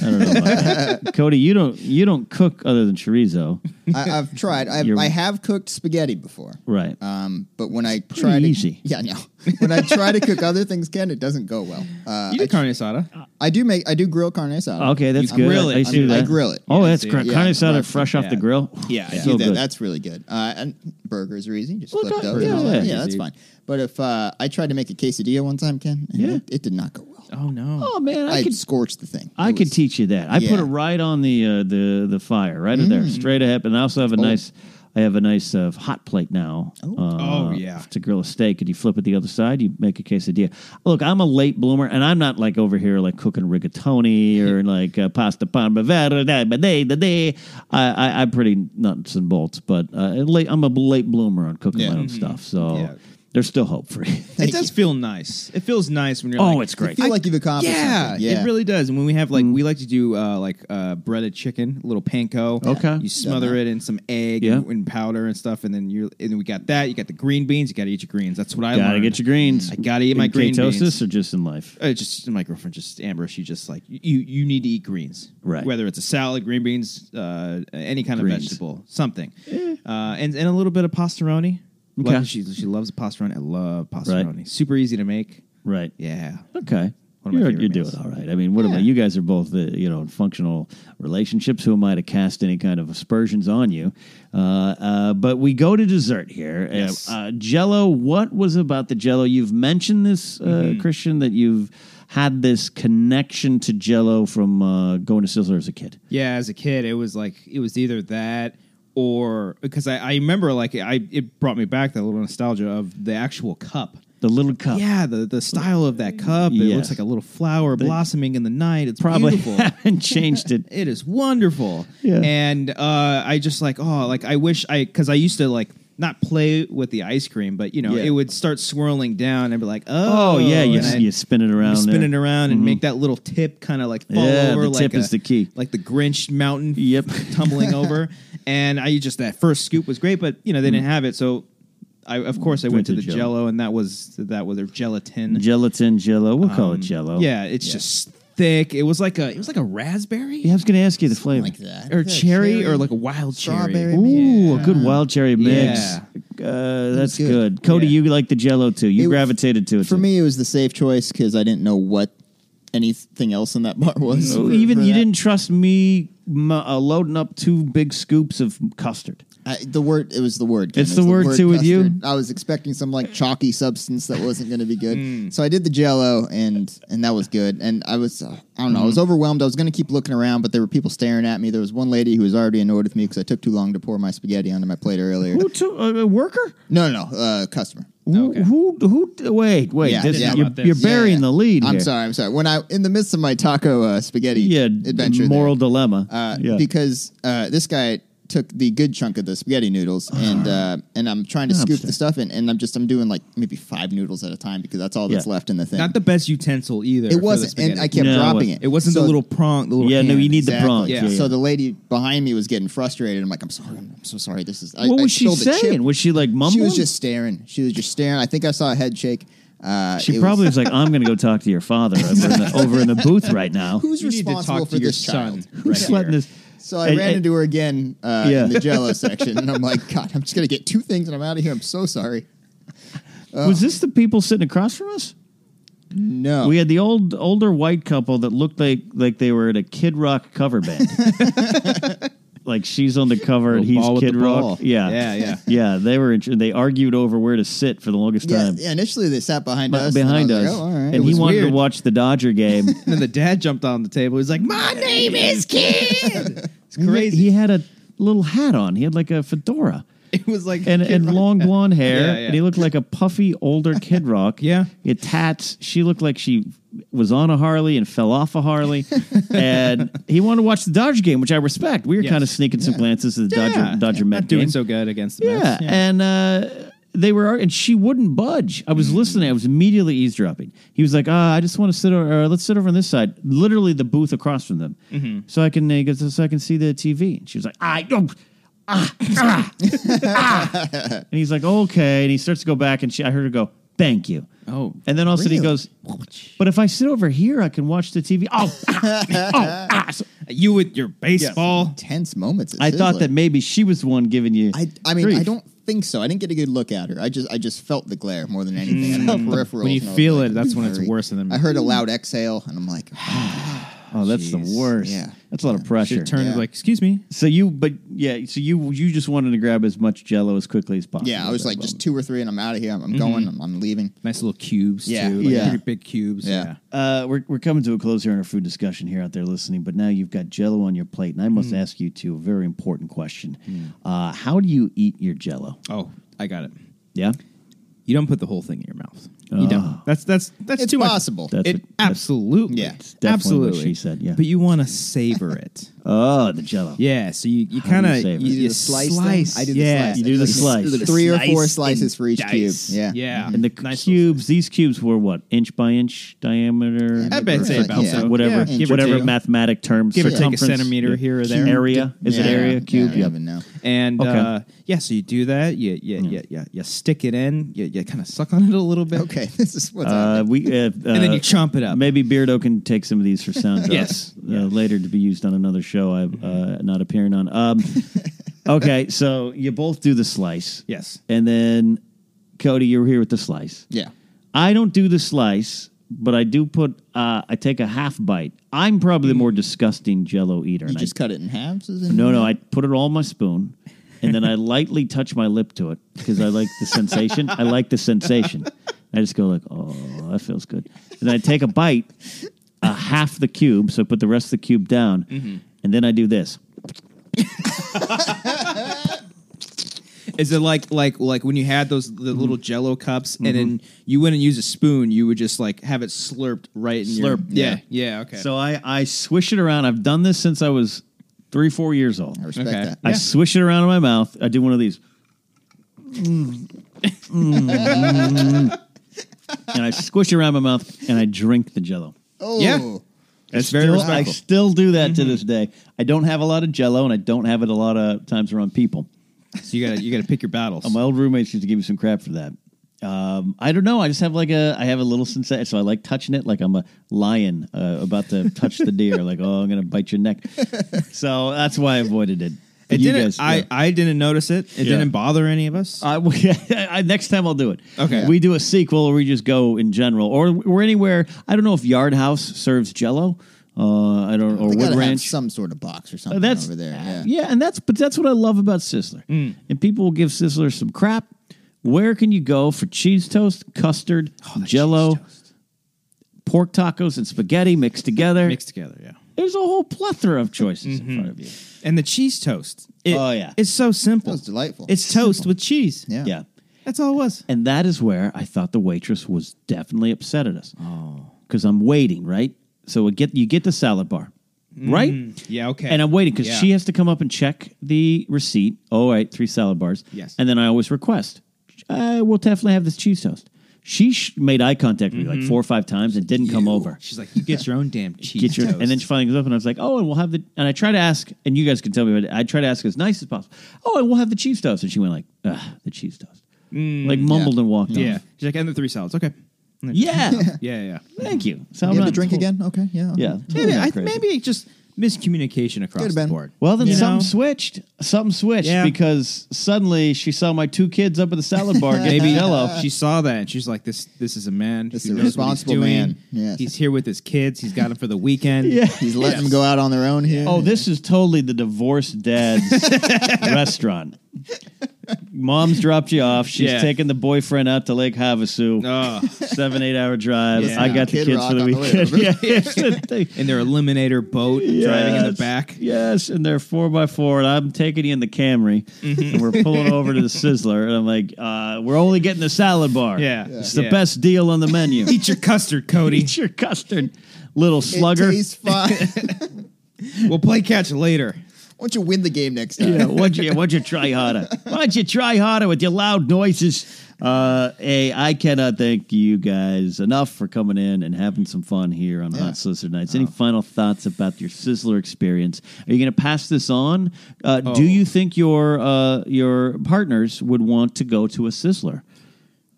B: I don't know about that. Cody, you don't you don't cook other than chorizo,
D: I, I've tried. I've,
B: You're-
D: I have cooked spaghetti before.
B: right?
D: Um, but when I
B: pretty
D: try to
B: easy.
D: yeah, no. When I try to cook other things, Ken, it doesn't go well. Uh,
C: You do carne asada.
D: I do make. I do grill carne asada.
B: okay, that's
C: you
B: good.
C: grill it.
B: I, used to do
D: I
B: that.
D: grill it.
B: Oh,
C: Yeah,
B: that's
C: see,
B: great.
D: yeah,
B: Carne asada
D: right.
B: fresh off the
C: Yeah.
B: grill.
C: Yeah,
D: I
C: yeah.
B: so
D: do that.
B: good.
D: That's really good. Uh, and burgers are easy. Just
B: Well,
D: flip
B: God,
D: those.
B: yeah,
D: and all that.
B: yeah.
D: yeah, that's fine. But if uh, I tried to make a quesadilla one time, Ken, and
B: Yeah.
D: it, it did not go well.
C: Oh no.
B: Oh man, I,
D: I,
B: could
D: scorched the thing.
B: I
D: It
B: could
D: was-
B: teach you that. I put
D: Yeah.
B: it right on the uh, the the fire, right in
C: Mm.
B: there, straight ahead. And I also have a nice, I have a nice uh, hot plate now. Oh.
C: Oh, yeah.
B: to grill a steak, and you flip it the other side, you make a quesadilla. Look, I'm a late bloomer, and I'm not like over here like cooking rigatoni or like uh, pasta pan bavera. Da, ba, da, da, da. I, I I'm pretty nuts and bolts, but uh, late, I'm a late bloomer on cooking
D: Yeah.
B: my own stuff. So
C: Mm-hmm. Yeah.
B: there's still hope for you.
D: Thank
C: it does
D: you.
C: feel nice. It feels nice when you're
B: oh,
C: like,
B: it's great.
D: I feel like you've accomplished
C: Yeah,
D: something. Yeah,
C: it really does. And when we have like,
B: Mm.
C: we like to do uh, like uh, breaded chicken, a little panko.
B: Okay.
C: you smother it in some egg
B: Yeah.
C: and, and powder and stuff, and then you and then we got that. You got the green beans. You got to eat your greens. That's what I
B: gotta
C: learned.
B: get your greens.
C: I gotta eat my
B: In
C: green
B: ketosis
C: beans.
B: or just in life.
C: Uh, just my girlfriend, just Amber. She just like you. You need to eat greens,
B: Right.
C: Whether it's a salad, green beans, uh, any kind
B: Greens.
C: of vegetable, something, uh, and and a little bit of pastaroni.
B: Okay.
C: Love- she she loves pastaroni. I love pastaroni. Super easy to make.
B: Right.
C: Yeah.
B: Okay.
C: One of my
B: You're,
C: favorite
B: you're
C: meals.
B: doing all right. I mean, what am I? You guys are both, uh, you know, in functional relationships. Who am I to cast any kind of aspersions on you? Uh, uh, but we go to dessert here.
C: Yes.
B: Uh, uh, Jello. What was about the Jello? You've mentioned this, uh,
C: Mm-hmm.
B: Christian, that you've had this connection to Jello from uh, going to Sizzler as a kid.
C: Yeah, as a kid, it was like it was either that or because I, I remember like I it brought me back that little nostalgia of the actual cup.
B: The little cup.
C: Yeah, the, the style of that cup. It
B: Yeah.
C: looks like a little flower blossoming in the night. It's
B: Probably
C: beautiful.
B: haven't changed it.
C: It is wonderful.
B: Yeah.
C: And uh, I just like, oh, like I wish I, because I used to like not play with the ice cream, but you know,
B: Yeah.
C: it would start swirling down and be like, oh,
B: Oh, yeah, you,
C: and I-
B: you spin it around.
C: you spin
B: there. Mm-hmm.
C: it around and make that little tip kind of like fall
B: Yeah,
C: over.
B: the
C: like
B: tip is the key.
C: Like the Grinch mountain
B: Yep.
C: tumbling over. And I just, that first scoop was great, but you know, they didn't have it. So I, of course, I went to the
B: Mm-hmm. Went to Jell-O.
C: jello and that was, that was their gelatin.
B: Gelatin Jello. We'll call it Jello.
C: Um, Yeah, it's just thick. It was like a, it was like a raspberry.
B: Yeah, I was going to ask you the flavor.
D: like that.
C: Or
D: Yeah,
C: cherry, or like a wild
D: Strawberry.
C: cherry.
B: Ooh, a good wild cherry mix.
C: Yeah.
B: Uh, that's
D: good.
B: good. Cody,
C: Yeah.
B: you like the Jello too.
D: It
B: You
D: was-
B: gravitated to it
D: For
B: too.
D: me, it was the safe choice because I didn't know what anything else in that bar was.
B: So
D: for-
B: Oh, even
D: for
B: you
D: that.
B: didn't trust me m- uh, loading up two big scoops of custard.
D: I, the word it was the word. Ken.
B: It's
D: It
B: the
D: was
B: word too with you?
D: custard. I was expecting some like chalky substance that wasn't going to be good.
B: Mm.
D: So I did the Jello, and and that was good. And I was uh, I don't know. I
B: Mm-hmm.
D: was overwhelmed. I was going to keep looking around, but there were people staring at me. There was one lady who was already annoyed with me because I took too long to pour my spaghetti onto my plate earlier.
B: Who took a worker?
D: No, no, no, uh, customer.
B: Who,
C: Okay.
B: who? Who? Wait, wait.
D: Yeah,
B: this,
D: yeah.
B: you're,
C: About this.
B: you're
D: Yeah,
B: burying
D: yeah.
B: the lead.
D: I'm
B: here.
D: sorry. I'm sorry. When I in the midst of my taco uh, spaghetti
B: Yeah,
D: adventure, there,
B: moral dilemma.
D: uh,
B: yeah.
D: because uh, this guy took the good chunk of the spaghetti noodles and uh, and I'm trying to scoop the stuff in and I'm just I'm doing like maybe five noodles at a time because that's all that's
B: Yeah.
D: left in the thing.
C: Not the best utensil either. for
D: it
C: the
D: wasn't, and I
C: spaghetti.
D: kept
B: No, it
D: dropping
B: wasn't.
D: it.
C: It wasn't
D: So-
C: the little prong, the little
B: Yeah, no,
C: hand.
B: you need the
D: Exactly.
B: bronze.
C: Yeah.
B: yeah.
D: So the lady behind me was getting frustrated. I'm like, I'm sorry, I'm I'm so sorry. This is. I,
B: what
D: I
B: was she
D: spilled the chip.
B: saying? Was she like mumbling?
D: She was just staring. She was just staring. I think I saw a head shake. Uh,
B: She
D: it was-
B: probably was like, "I'm going to go talk to your father over, in the, over in the booth right now."
D: who's
C: You need to
D: responsible
C: talk
D: for
C: to your
D: this
C: son.
D: child?
B: Who's
C: Right
B: letting
C: here.
B: this?
D: So I
B: And-
D: ran
B: and-
D: into her again uh,
B: Yeah.
D: in the Jello section, and I'm like, God, I'm just gonna get two things, and I'm out of here. I'm so sorry. uh,
B: Was this the people sitting across from us?
C: Oh.
D: No,
B: We had the old older white couple that looked like like they were at a Kid Rock cover band. like she's on the cover and he's
C: Little ball with
B: Kid
C: the
B: Rock.
C: ball.
B: Yeah,
C: Yeah, yeah.
B: yeah. They were intr- they argued over where to sit for the longest
D: Yeah,
B: time.
D: yeah, initially they sat behind
B: But
D: us. and I
B: behind
D: was
B: us,
D: like, oh, all
B: and
D: right.
B: he
C: was
B: wanted to
C: weird.
B: watch the Dodger game.
C: And then the dad jumped on the table. He's like, "My name is Kid." It's crazy.
B: He had a little hat on. He had like a fedora.
C: it was like
B: and
C: Kid
B: and
C: Rock.
B: long blonde hair,
C: Yeah, yeah.
B: and he looked like a puffy older Kid Rock.
C: Yeah.
B: it tats. She looked like she was on a Harley and fell off a Harley, and he wanted to watch the Dodger game, which I respect. We were
C: Yes.
B: kind of sneaking some glances at the
C: Yeah.
B: Dodger Dodger Met
C: not doing
B: game.
C: so good against the
B: yeah.
C: Mets.
B: and uh, they were, and she wouldn't budge. I was listening. I was immediately eavesdropping. He was like, "Ah, I just want to sit. Over, uh, let's sit over on this side, literally the booth across from them,
D: Mm-hmm.
B: so I can uh, get so I can see the TV." And she was like, "I don't." Ah, ah, ah." And he's like, okay. And he starts to go back, and she, I heard her go, thank you.
C: Oh,
B: And then all of a sudden he
D: really?
B: goes, but if I sit over here, I can watch the TV. Oh, ah, oh, ah. So
C: you with your baseball.
D: Tense moments. at
B: I thought
D: Sizzler.
B: that maybe she was the one giving you.
D: I, I mean, I
B: grief.
D: don't think so. I didn't get a good look at her. I just, I just felt the glare more than anything. I had my peripherals.
C: When you
D: and I was
C: feel
D: like,
C: it, that's when it's
D: "Hurry."
C: worse than
D: I heard a loud exhale, and I'm like,
B: Oh, that's the worst.
D: Yeah.
B: That's a lot of pressure.
C: Should turn
D: Yeah.
C: like, excuse me.
B: So you, but yeah, so you you just wanted to grab as much Jello as quickly as possible.
D: yeah. I was
B: at that
D: like, just
B: moment.
D: two or three, and I'm out of here. I'm, I'm going. I'm, I'm leaving.
C: Nice little cubes
D: Yeah.
C: too. Like
D: Yeah.
C: Pretty big cubes.
D: Yeah.
B: uh, we're we're coming to a close here on our food discussion here out there listening. But now you've got Jello on your plate, and I
C: Hmm.
B: must ask you two a very important question. Uh, how do you eat your Jello?
C: Oh, I got it.
B: Yeah,
C: You don't put the whole thing in your mouth. You don't. Uh, That's that's that's
D: It's
C: too much.
D: possible.
B: That's
C: it
B: what- that's-
C: absolutely.
D: Yeah.
B: It's definitely what
C: absolutely.
B: she said, yeah.
C: But you want to savor it.
B: oh, the Jello.
C: Uh, yeah. So you, you
B: do you
C: kind of you,
B: savor it?
C: you,
B: You
D: do the slice
C: slice.
D: thing? I do the
C: yeah.
D: slice.
B: You do the slice.
D: Three or four
C: Slice
D: slices
C: and
D: for each
C: dice.
D: cube. Yeah.
C: Yeah. Mm-hmm.
B: And the
C: Nice little
B: cubes, these cubes were what inch by inch diameter.
D: I
C: I bet say
D: Yeah.
C: about
D: Yeah.
C: so.
B: whatever,
C: Yeah, give or
B: whatever
C: take.
B: mathematic terms.
C: Give or take a
B: circumference,
C: centimeter here or there.
B: Area is it
D: Yeah.
B: area cube?
D: Yeah, I don't even know.
C: And
B: Okay.
C: uh, yeah, so you do that. You you, you, you, you stick it in. You, you kind of suck on it a little bit.
D: Okay, this is what's
B: Uh,
D: happening.
B: we uh, and
C: And then you chomp it up.
B: Maybe Beardo can take some of these for sound drops
C: Yes. Mm-hmm.
B: uh, later to be used on another show I'm uh, not appearing on. Um, okay, so you both do the slice.
C: Yes.
B: And then, Cody, you're here with the slice.
D: Yeah.
B: I don't do the slice, but I do put, uh, I take a half bite. I'm probably
C: Mm.
B: the more disgusting jello eater.
D: You
B: and I-
D: just cut it in halves? is it?
B: no, no, I put it all in my spoon. And then I lightly touch my lip to it because I like the sensation. I like the sensation. I just go like, oh, that feels good. And then I take a bite, a half the cube, so I put the rest of the cube down,
C: Mm-hmm.
B: and then I do this.
C: Is it like like like when you had those the little Jello cups and then you wouldn't use a spoon, you would just like have it slurped right in your
B: Slurp,
C: yeah yeah okay.
B: So I I swish it around. I've done this since I was three four years old.
D: I respect
C: Okay.
D: that.
B: I
C: Yeah.
B: swish it around in my mouth. I do one of these. Mm. Mm. and I squish it around my mouth and I drink the jello.
D: Oh,
C: Yeah. it's very
B: Still-
C: respectful.
B: I still do that to this day. I don't have a lot of jello and I don't have it a lot of times around people.
C: so you gotta you gotta pick your battles.
B: My old roommates used to give me some crap for that. Um, I don't know. I just have like a I have a little sensation. So I like touching it, like I'm a lion uh, about to touch the deer. Like oh, I'm gonna bite your neck. so that's why I avoided it.
C: it
B: You
C: didn't.
B: guys-
C: I
B: yeah.
C: I didn't notice it. It
B: Yeah.
C: didn't bother any of us.
B: I, we- I- next time I'll do it.
C: Okay.
B: We do a sequel or we just go in general or we're anywhere. I don't know if Yard House serves Jello. Uh, I don't or
D: They
B: Wood
D: gotta have
B: Ranch.
D: some sort of box or
B: Uh,
D: something
B: that's
D: over there. Yeah.
B: and that's but that's what I love about Sizzler.
C: Mm.
B: And people will give Sizzler some crap. Where can you go for cheese toast, custard,
D: Oh,
B: Jello, pork tacos, and spaghetti mixed together?
C: mixed Mm-hmm. together. Yeah,
B: There's a whole plethora of choices in front of you.
C: and the cheese toast. It-
B: Oh, yeah.
C: it's so simple.
D: That was delightful.
C: It's toast with cheese.
D: Yeah.
B: yeah.
C: that's all it was.
B: And that is where I thought the waitress was definitely upset at us. Oh. Because I'm waiting, right? So we get you get the salad bar, right?
C: Mm-hmm. Yeah, okay.
B: And I'm waiting because
C: Yeah.
B: she has to come up and check the receipt. Oh, all right, three salad bars.
C: Yes.
B: And then I always request, I will definitely have this cheese toast. She sh- made eye contact with me like four or five times and didn't come over.
C: She's like, Mm-hmm. you get your own damn cheese
B: Get your,
C: toast.
B: and then she finally goes up and I was like, oh, and we'll have the, and I try to ask, and you guys can tell me, but I try to ask as nice as possible. Oh, and we'll have the cheese toast. And she went like, Ugh, the cheese toast. like mumbled and walked
C: Mm, yeah,
B: off.
C: she's like, and the three salads. Okay. And then-
B: Yeah.
C: yeah, yeah.
B: Thank you. So
D: You
B: I'm
D: have
B: not
D: to drink
B: full-
D: again? Okay. Yeah.
B: Yeah.
C: Maybe,
B: Not
C: I,
B: crazy.
C: maybe it just miscommunication across
D: Could've
C: the
D: been.
C: board.
B: Well, then
C: You
B: something
C: know?
B: switched. Something switched
C: Yeah.
B: because suddenly she saw my two kids up at the salad bar getting
C: Maybe
B: jello.
C: she saw that and she's like, "This, this is a man.
D: This
C: who
D: is a
C: knows what he's
D: responsible
C: doing.
D: man. Yes.
C: He's here with his kids. He's got them for the weekend.
B: Yeah.
D: He's letting them go out on their own here.
B: Oh, this is totally the divorced dad's restaurant. Mom's dropped you off. She's
C: Yeah.
B: taking the boyfriend out to Lake Havasu.
C: Ugh.
B: Seven, eight hour drive.
C: Yeah.
B: I got the
D: Kid
B: kids
D: Rock
B: for the
D: on the way
B: weekend.
D: over.
B: yeah, it's the thing.
C: in their eliminator boat, driving in the
B: Yes.
C: back.
B: Yes, and they're four by four, and I'm taking you in the Camry,
C: Mm-hmm.
B: and we're pulling over to the Sizzler, and I'm like, uh, "We're only getting the salad bar.
C: Yeah. Yeah.
B: it's the
C: Yeah.
B: best deal on the menu.
C: Eat your custard, Cody.
B: Eat your custard, little
D: It
B: slugger.
D: tastes fine.
C: We'll play catch later.
D: Why don't you win the game next time?
B: yeah, why'd you why'd you try harder? Why'd you try harder with your loud noises? Uh, hey, I cannot thank you guys enough for coming in and having some fun here on
D: Yeah.
B: Hot Solicitor Nights. Any final thoughts about your Sizzler experience? Are you going to pass this on? Uh, Do you think your uh, your partners would want to go to a Sizzler?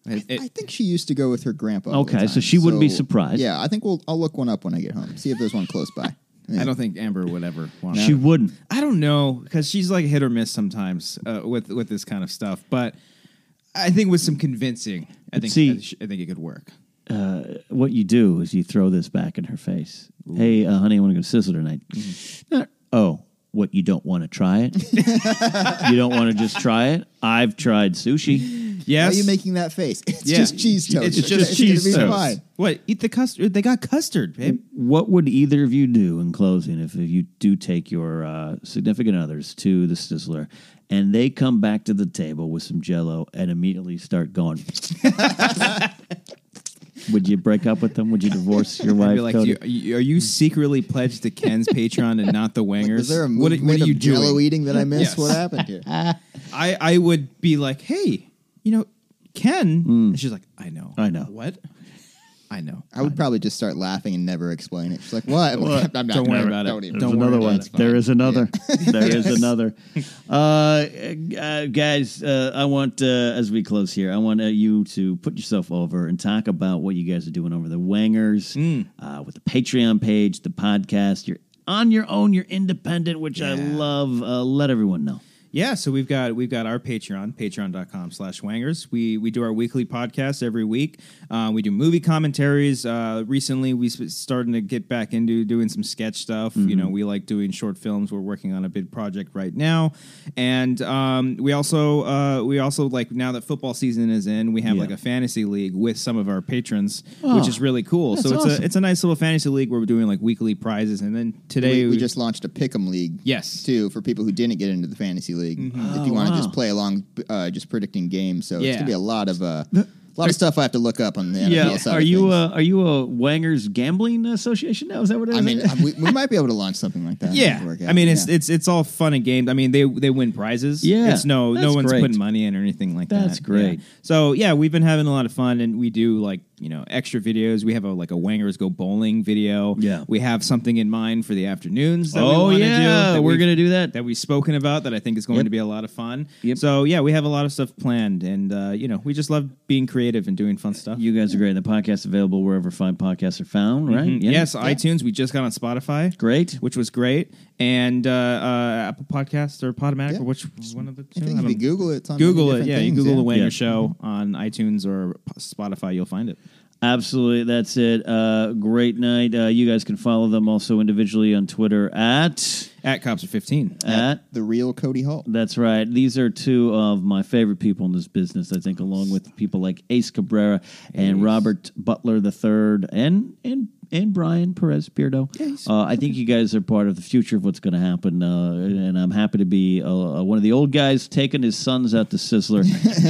C: It-
D: I
C: it-
D: think she used to go with her grandpa. all the
B: Okay, so
D: time.
B: she wouldn't be surprised.
D: Yeah, I think we'll. I'll look one up when I get home. See if there's one close by.
C: I don't think Amber would ever want
B: She wouldn't.
C: I don't know because she's like hit or miss sometimes uh, with with this kind of stuff. But I think with some convincing, I think
B: see-
C: I sh- I think it could work.
B: What you do is you throw this back in her face. Hey, uh, honey, I want to go to Sizzler tonight.
C: Mm-hmm.
B: Not, oh, what? You don't want to try it? you don't want to just try it? I've tried sushi.
D: Why
C: Yes,
D: are you making that face? It's
C: Yeah.
D: just cheese toast.
C: It's just
D: it's
C: cheese
D: gonna be
C: toast.
D: Fine.
C: What? Eat the custard. They got custard, babe.
B: What would either of you do in closing if, if you do take your uh, significant others to the Sizzler and they come back to the table with some jello and immediately start going? Would you break up with them? Would you divorce your
C: I'd
B: wife?
C: be like,
B: Cody?
C: you, you- are you secretly pledged to Ken's Patreon and not the Wangers?
D: Is there a
C: what,
D: movement
C: what are you
D: of Jello
C: doing?
D: eating that I
C: Yes.
D: missed? What happened here?
C: I I would be like, hey, you know, Ken. And she's like, I know,
B: Mm. I know.
C: What? I know.
D: I would probably just start laughing and never explain it. She's like, "What? I'm like, I'm not
C: Don't worry
D: gonna-
C: about it.
D: don't even-
C: Don't
B: There's
C: worry
B: another
C: about
B: one.
C: it. It's fine.
B: There is another. There is another. Uh, uh, guys, uh, I want uh, as we close here, I want uh, you to put yourself over and talk about what you guys are doing over the Wangers
C: Hmm.
B: uh, with the Patreon page, the podcast. You're on your own. You're independent, which I
C: Yeah.
B: love. Uh, let everyone know.
C: Yeah, so we've got we've got our Patreon, patreon.com slash wangers. We we do our weekly podcast every week. Uh, we do movie commentaries. Uh, recently we sp- starting to get back into doing some sketch stuff. You
B: Mm-hmm.
C: know, we like doing short films. We're working on a big project right now. And um, we also uh, we also like now that football season is in, we have
B: Yeah.
C: like a fantasy league with some of our patrons,
B: Oh,
C: which is really cool. So
B: that's
C: it's
B: awesome.
C: a it's a nice little fantasy league where we're doing like weekly prizes and then today
D: we, we just launched a pick'em league.
C: Yes. Mm-hmm. Ah.
D: too for people who didn't get into the fantasy league. If you
B: Oh,
D: want to
B: wow.
D: just play along, uh, just predicting games. So
C: Yeah.
D: it's gonna be a lot of uh, a lot of stuff I have to look up on the NFL
B: Yeah,
D: side.
B: are
D: of
B: you
C: uh,
D: things.
B: a, are you a Wangers gambling association now? Is that what it is?
D: I mean, I- we, we might be able to launch something like that.
C: Yeah,
D: Work out.
C: I mean it's
D: Yeah.
C: it's it's all fun and games. I mean they they win prizes.
B: Yeah.
C: it's no no
B: That's
C: one's
B: great.
C: putting money in or anything like that.
B: That's great.
C: Yeah. So yeah, we've been having a lot of fun, and we do like you know extra videos. We have a like a Wangers go bowling video.
B: Yeah.
C: we have something in mind for the afternoons. That
B: oh
C: we wanna do,
B: yeah,
C: that
B: we're
C: we've-
B: gonna do that.
C: that we've spoken about that I think is going
B: Yep.
C: to be a lot of fun.
B: Yep.
C: So yeah, we have a lot of stuff planned, and uh, you know we just love being creative and doing fun stuff.
B: You guys are great. The podcast available wherever fine podcasts are found, right? Mm, Yeah.
C: Mm-hmm. Yes, iTunes. We just got on Spotify.
B: Great.
C: which was great, and uh, uh, Apple Podcasts or Podomatic
D: Yeah.
C: or which one of the two?
D: I
C: I
D: think if
C: don't-
D: you Google it, it's on many
C: Google it.
D: different
C: Yeah, you
D: things,
C: Google the Wanger
B: Yeah.
C: Show on iTunes or P- Spotify, you'll find it.
B: Absolutely. That's it. Uh, great night. Uh, you guys can follow them also individually on Twitter at.
C: At Cops of fifteen.
B: At.
D: the real Cody Hall.
B: That's right. These are two of my favorite people in this business, I think, along with people like Ace Cabrera and Robert Butler III and, and, and Brian Perez Beardo. Uh, I think you guys are part of the future of what's going to happen. Uh, and I'm happy to be uh, one of the old guys taking his sons out to Sizzler.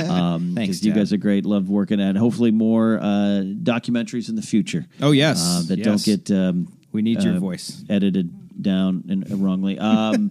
B: Um,
C: Thanks,
B: 'cause You
C: Dad.
B: guys are great. Love working at it. Hopefully, more uh, documentaries in the future.
C: Oh yes,
B: uh, that
C: yes.
B: don't get um,
C: We need your
B: uh,
C: voice.
B: edited down and wrongly. Um,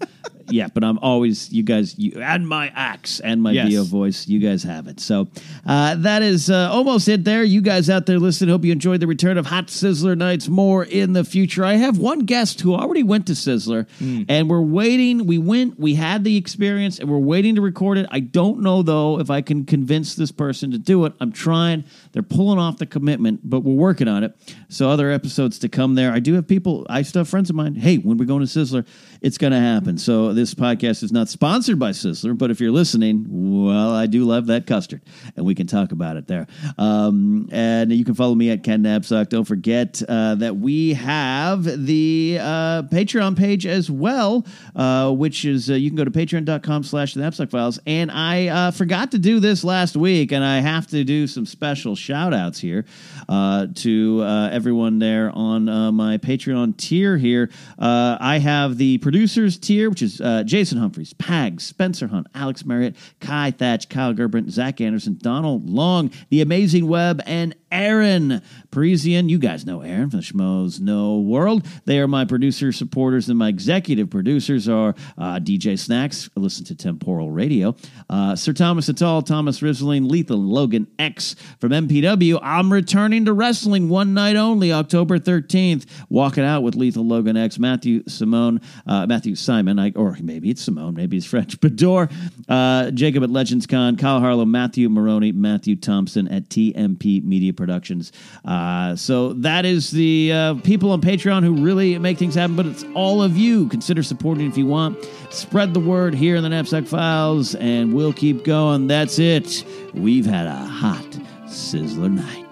B: yeah, but I'm always you guys you and my axe and my
C: Yes.
B: VO voice. You guys have it. So uh, that is uh, almost it. There, you guys out there listening. Hope you enjoyed the return of Hot Sizzler Nights. More in the future. I have one guest who already went to Sizzler, and we're waiting. We went. We had the experience, and we're waiting to record it. I don't know though if I can convince this person to do it. I'm trying. They're pulling off the commitment, but we're working on it. So other episodes to come there. I do have people. I still have friends of mine. Hey, when we're going to Sizzler, it's going to happen. So this podcast is not sponsored by Sizzler, but if you're listening, well, I do love that custard, and we can talk about it there. Um, and you can follow me at Ken Knapsack. Don't forget uh, that we have the uh, Patreon page as well, uh, which is uh, you can go to patreon.com slash the Knapsack Files. And I uh, forgot to do this last week, and I have to do some special shout outs here uh, to uh, everyone there on uh, my Patreon tier here. Uh, I have the producers tier, which is uh, Jason Humphries, Pags, Spencer Hunt, Alex Marriott, Kai Thatch, Kyle Gerbrandt, Zach Anderson, Donald Long, The Amazing Web, and Aaron Parisian. You guys know Aaron from the Schmoes No World. They are my producer supporters, and my executive producers are uh, DJ Snacks, listen to Temporal Radio, uh, Sir Thomas Atal, Thomas Risling, Lethal Logan X from MPW. I'm returning to wrestling one night only, October 13th. Walking out with Lethal Logan X, Matthew Simone, uh, Matthew Simon, I, or maybe it's Simone, maybe it's French, Bador, uh, Jacob at Legends Con, Kyle Harlow, Matthew Maroney, Matthew Thompson at TMP Media Productions. Uh, so that is the uh, people on Patreon who really make things happen, but it's all of you. Consider supporting if you want. Spread the word here in the Knapsack Files, and we'll keep going. That's it. We've had a hot sizzler night.